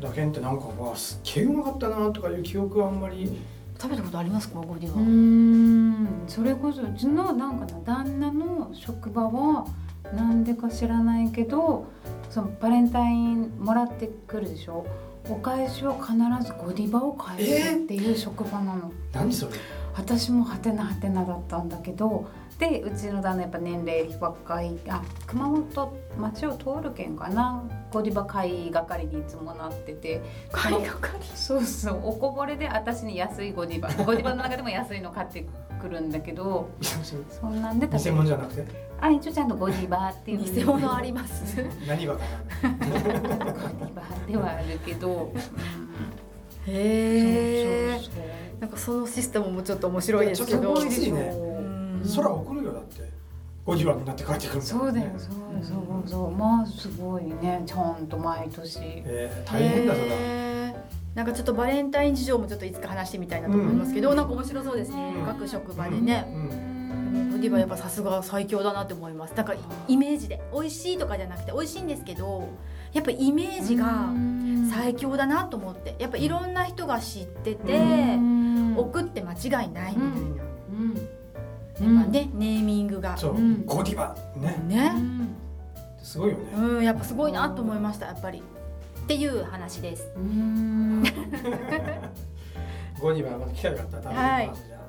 [SPEAKER 2] だけんってなんかわあすっげえうまかったなとかいう記憶はあんまり
[SPEAKER 3] 食べたことありますかゴディ
[SPEAKER 5] う
[SPEAKER 3] バ、
[SPEAKER 5] んそれこそうちのなんかな旦那の職場はなんでか知らないけどそのバレンタインもらってくるでしょお返しは必ずゴディバを返すっていう職場なの、
[SPEAKER 2] 何それ
[SPEAKER 5] 私もハテナハテナだったんだけどでうちの旦那やっぱ年齢若いあ熊本町を通るけんかなゴディバ買い係にいつもなってて
[SPEAKER 3] 貝がかり
[SPEAKER 5] そうそうおこぼれで私に安いゴディバゴディバの中でも安いの買ってくるんだけどそんなんで
[SPEAKER 2] 偽
[SPEAKER 5] べ
[SPEAKER 2] 物
[SPEAKER 5] る
[SPEAKER 2] じゃなくて
[SPEAKER 5] あ一応ちゃんとゴディバっていう
[SPEAKER 3] 偽物あります
[SPEAKER 2] 何はか
[SPEAKER 5] ゴディバではあるけど、
[SPEAKER 3] へ
[SPEAKER 5] そう
[SPEAKER 3] え
[SPEAKER 5] そうそう
[SPEAKER 3] なんかそのシステムもちょっと面白いですけ
[SPEAKER 2] ちょ
[SPEAKER 3] ど
[SPEAKER 2] っときついね
[SPEAKER 3] うん
[SPEAKER 2] な空送るよだってゴディバになって帰ってくるんだ
[SPEAKER 5] そうだよそうそうそうまあすごいねちゃんと毎年
[SPEAKER 2] えー、大変だそれは
[SPEAKER 3] へーなんかちょっとバレンタイン事情もちょっといつか話してみたいなと思いますけど、なんか面白そうですね、
[SPEAKER 2] うん
[SPEAKER 3] 各職場でね、
[SPEAKER 2] うん
[SPEAKER 3] ゴディバやっぱさすが最強だなって思いますなんかイメージで美味しいとかじゃなくて美味しいんですけどやっぱイメージが最強だなと思ってやっぱいろんな人が知ってて、送って間違いないみたいな、やっぱねネーミングが
[SPEAKER 2] そう、
[SPEAKER 5] ん
[SPEAKER 2] ゴディバね
[SPEAKER 3] ね、
[SPEAKER 2] すごいよね、
[SPEAKER 3] うん、やっぱすごいなと思いました、やっぱり。っていう話です。
[SPEAKER 2] ゴディバまた来たかったら食べてみます、じゃ
[SPEAKER 5] は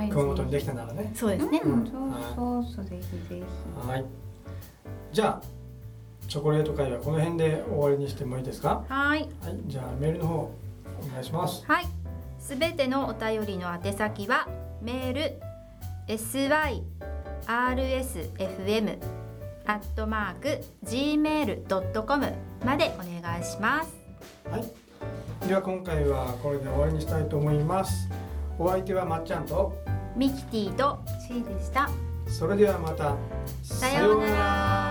[SPEAKER 2] あ
[SPEAKER 5] い
[SPEAKER 2] 熊本にできたならね
[SPEAKER 3] そうですね。
[SPEAKER 5] うんそうそうそうぜひぜひ
[SPEAKER 2] はいじゃあチョコレート会はこの辺で終わりにしてもいいですか
[SPEAKER 3] はい、
[SPEAKER 2] はいじゃあメールの方お願いします
[SPEAKER 3] はい。すべてのお便りの宛先はメール s y r s f m アットマーク gmail ドットコムまでお願いします。
[SPEAKER 2] はいでは今回はこれで終わりにしたいと思いますお相手はまっちゃんと
[SPEAKER 3] ミキティとシーでした。
[SPEAKER 2] それではまた
[SPEAKER 3] さようなら。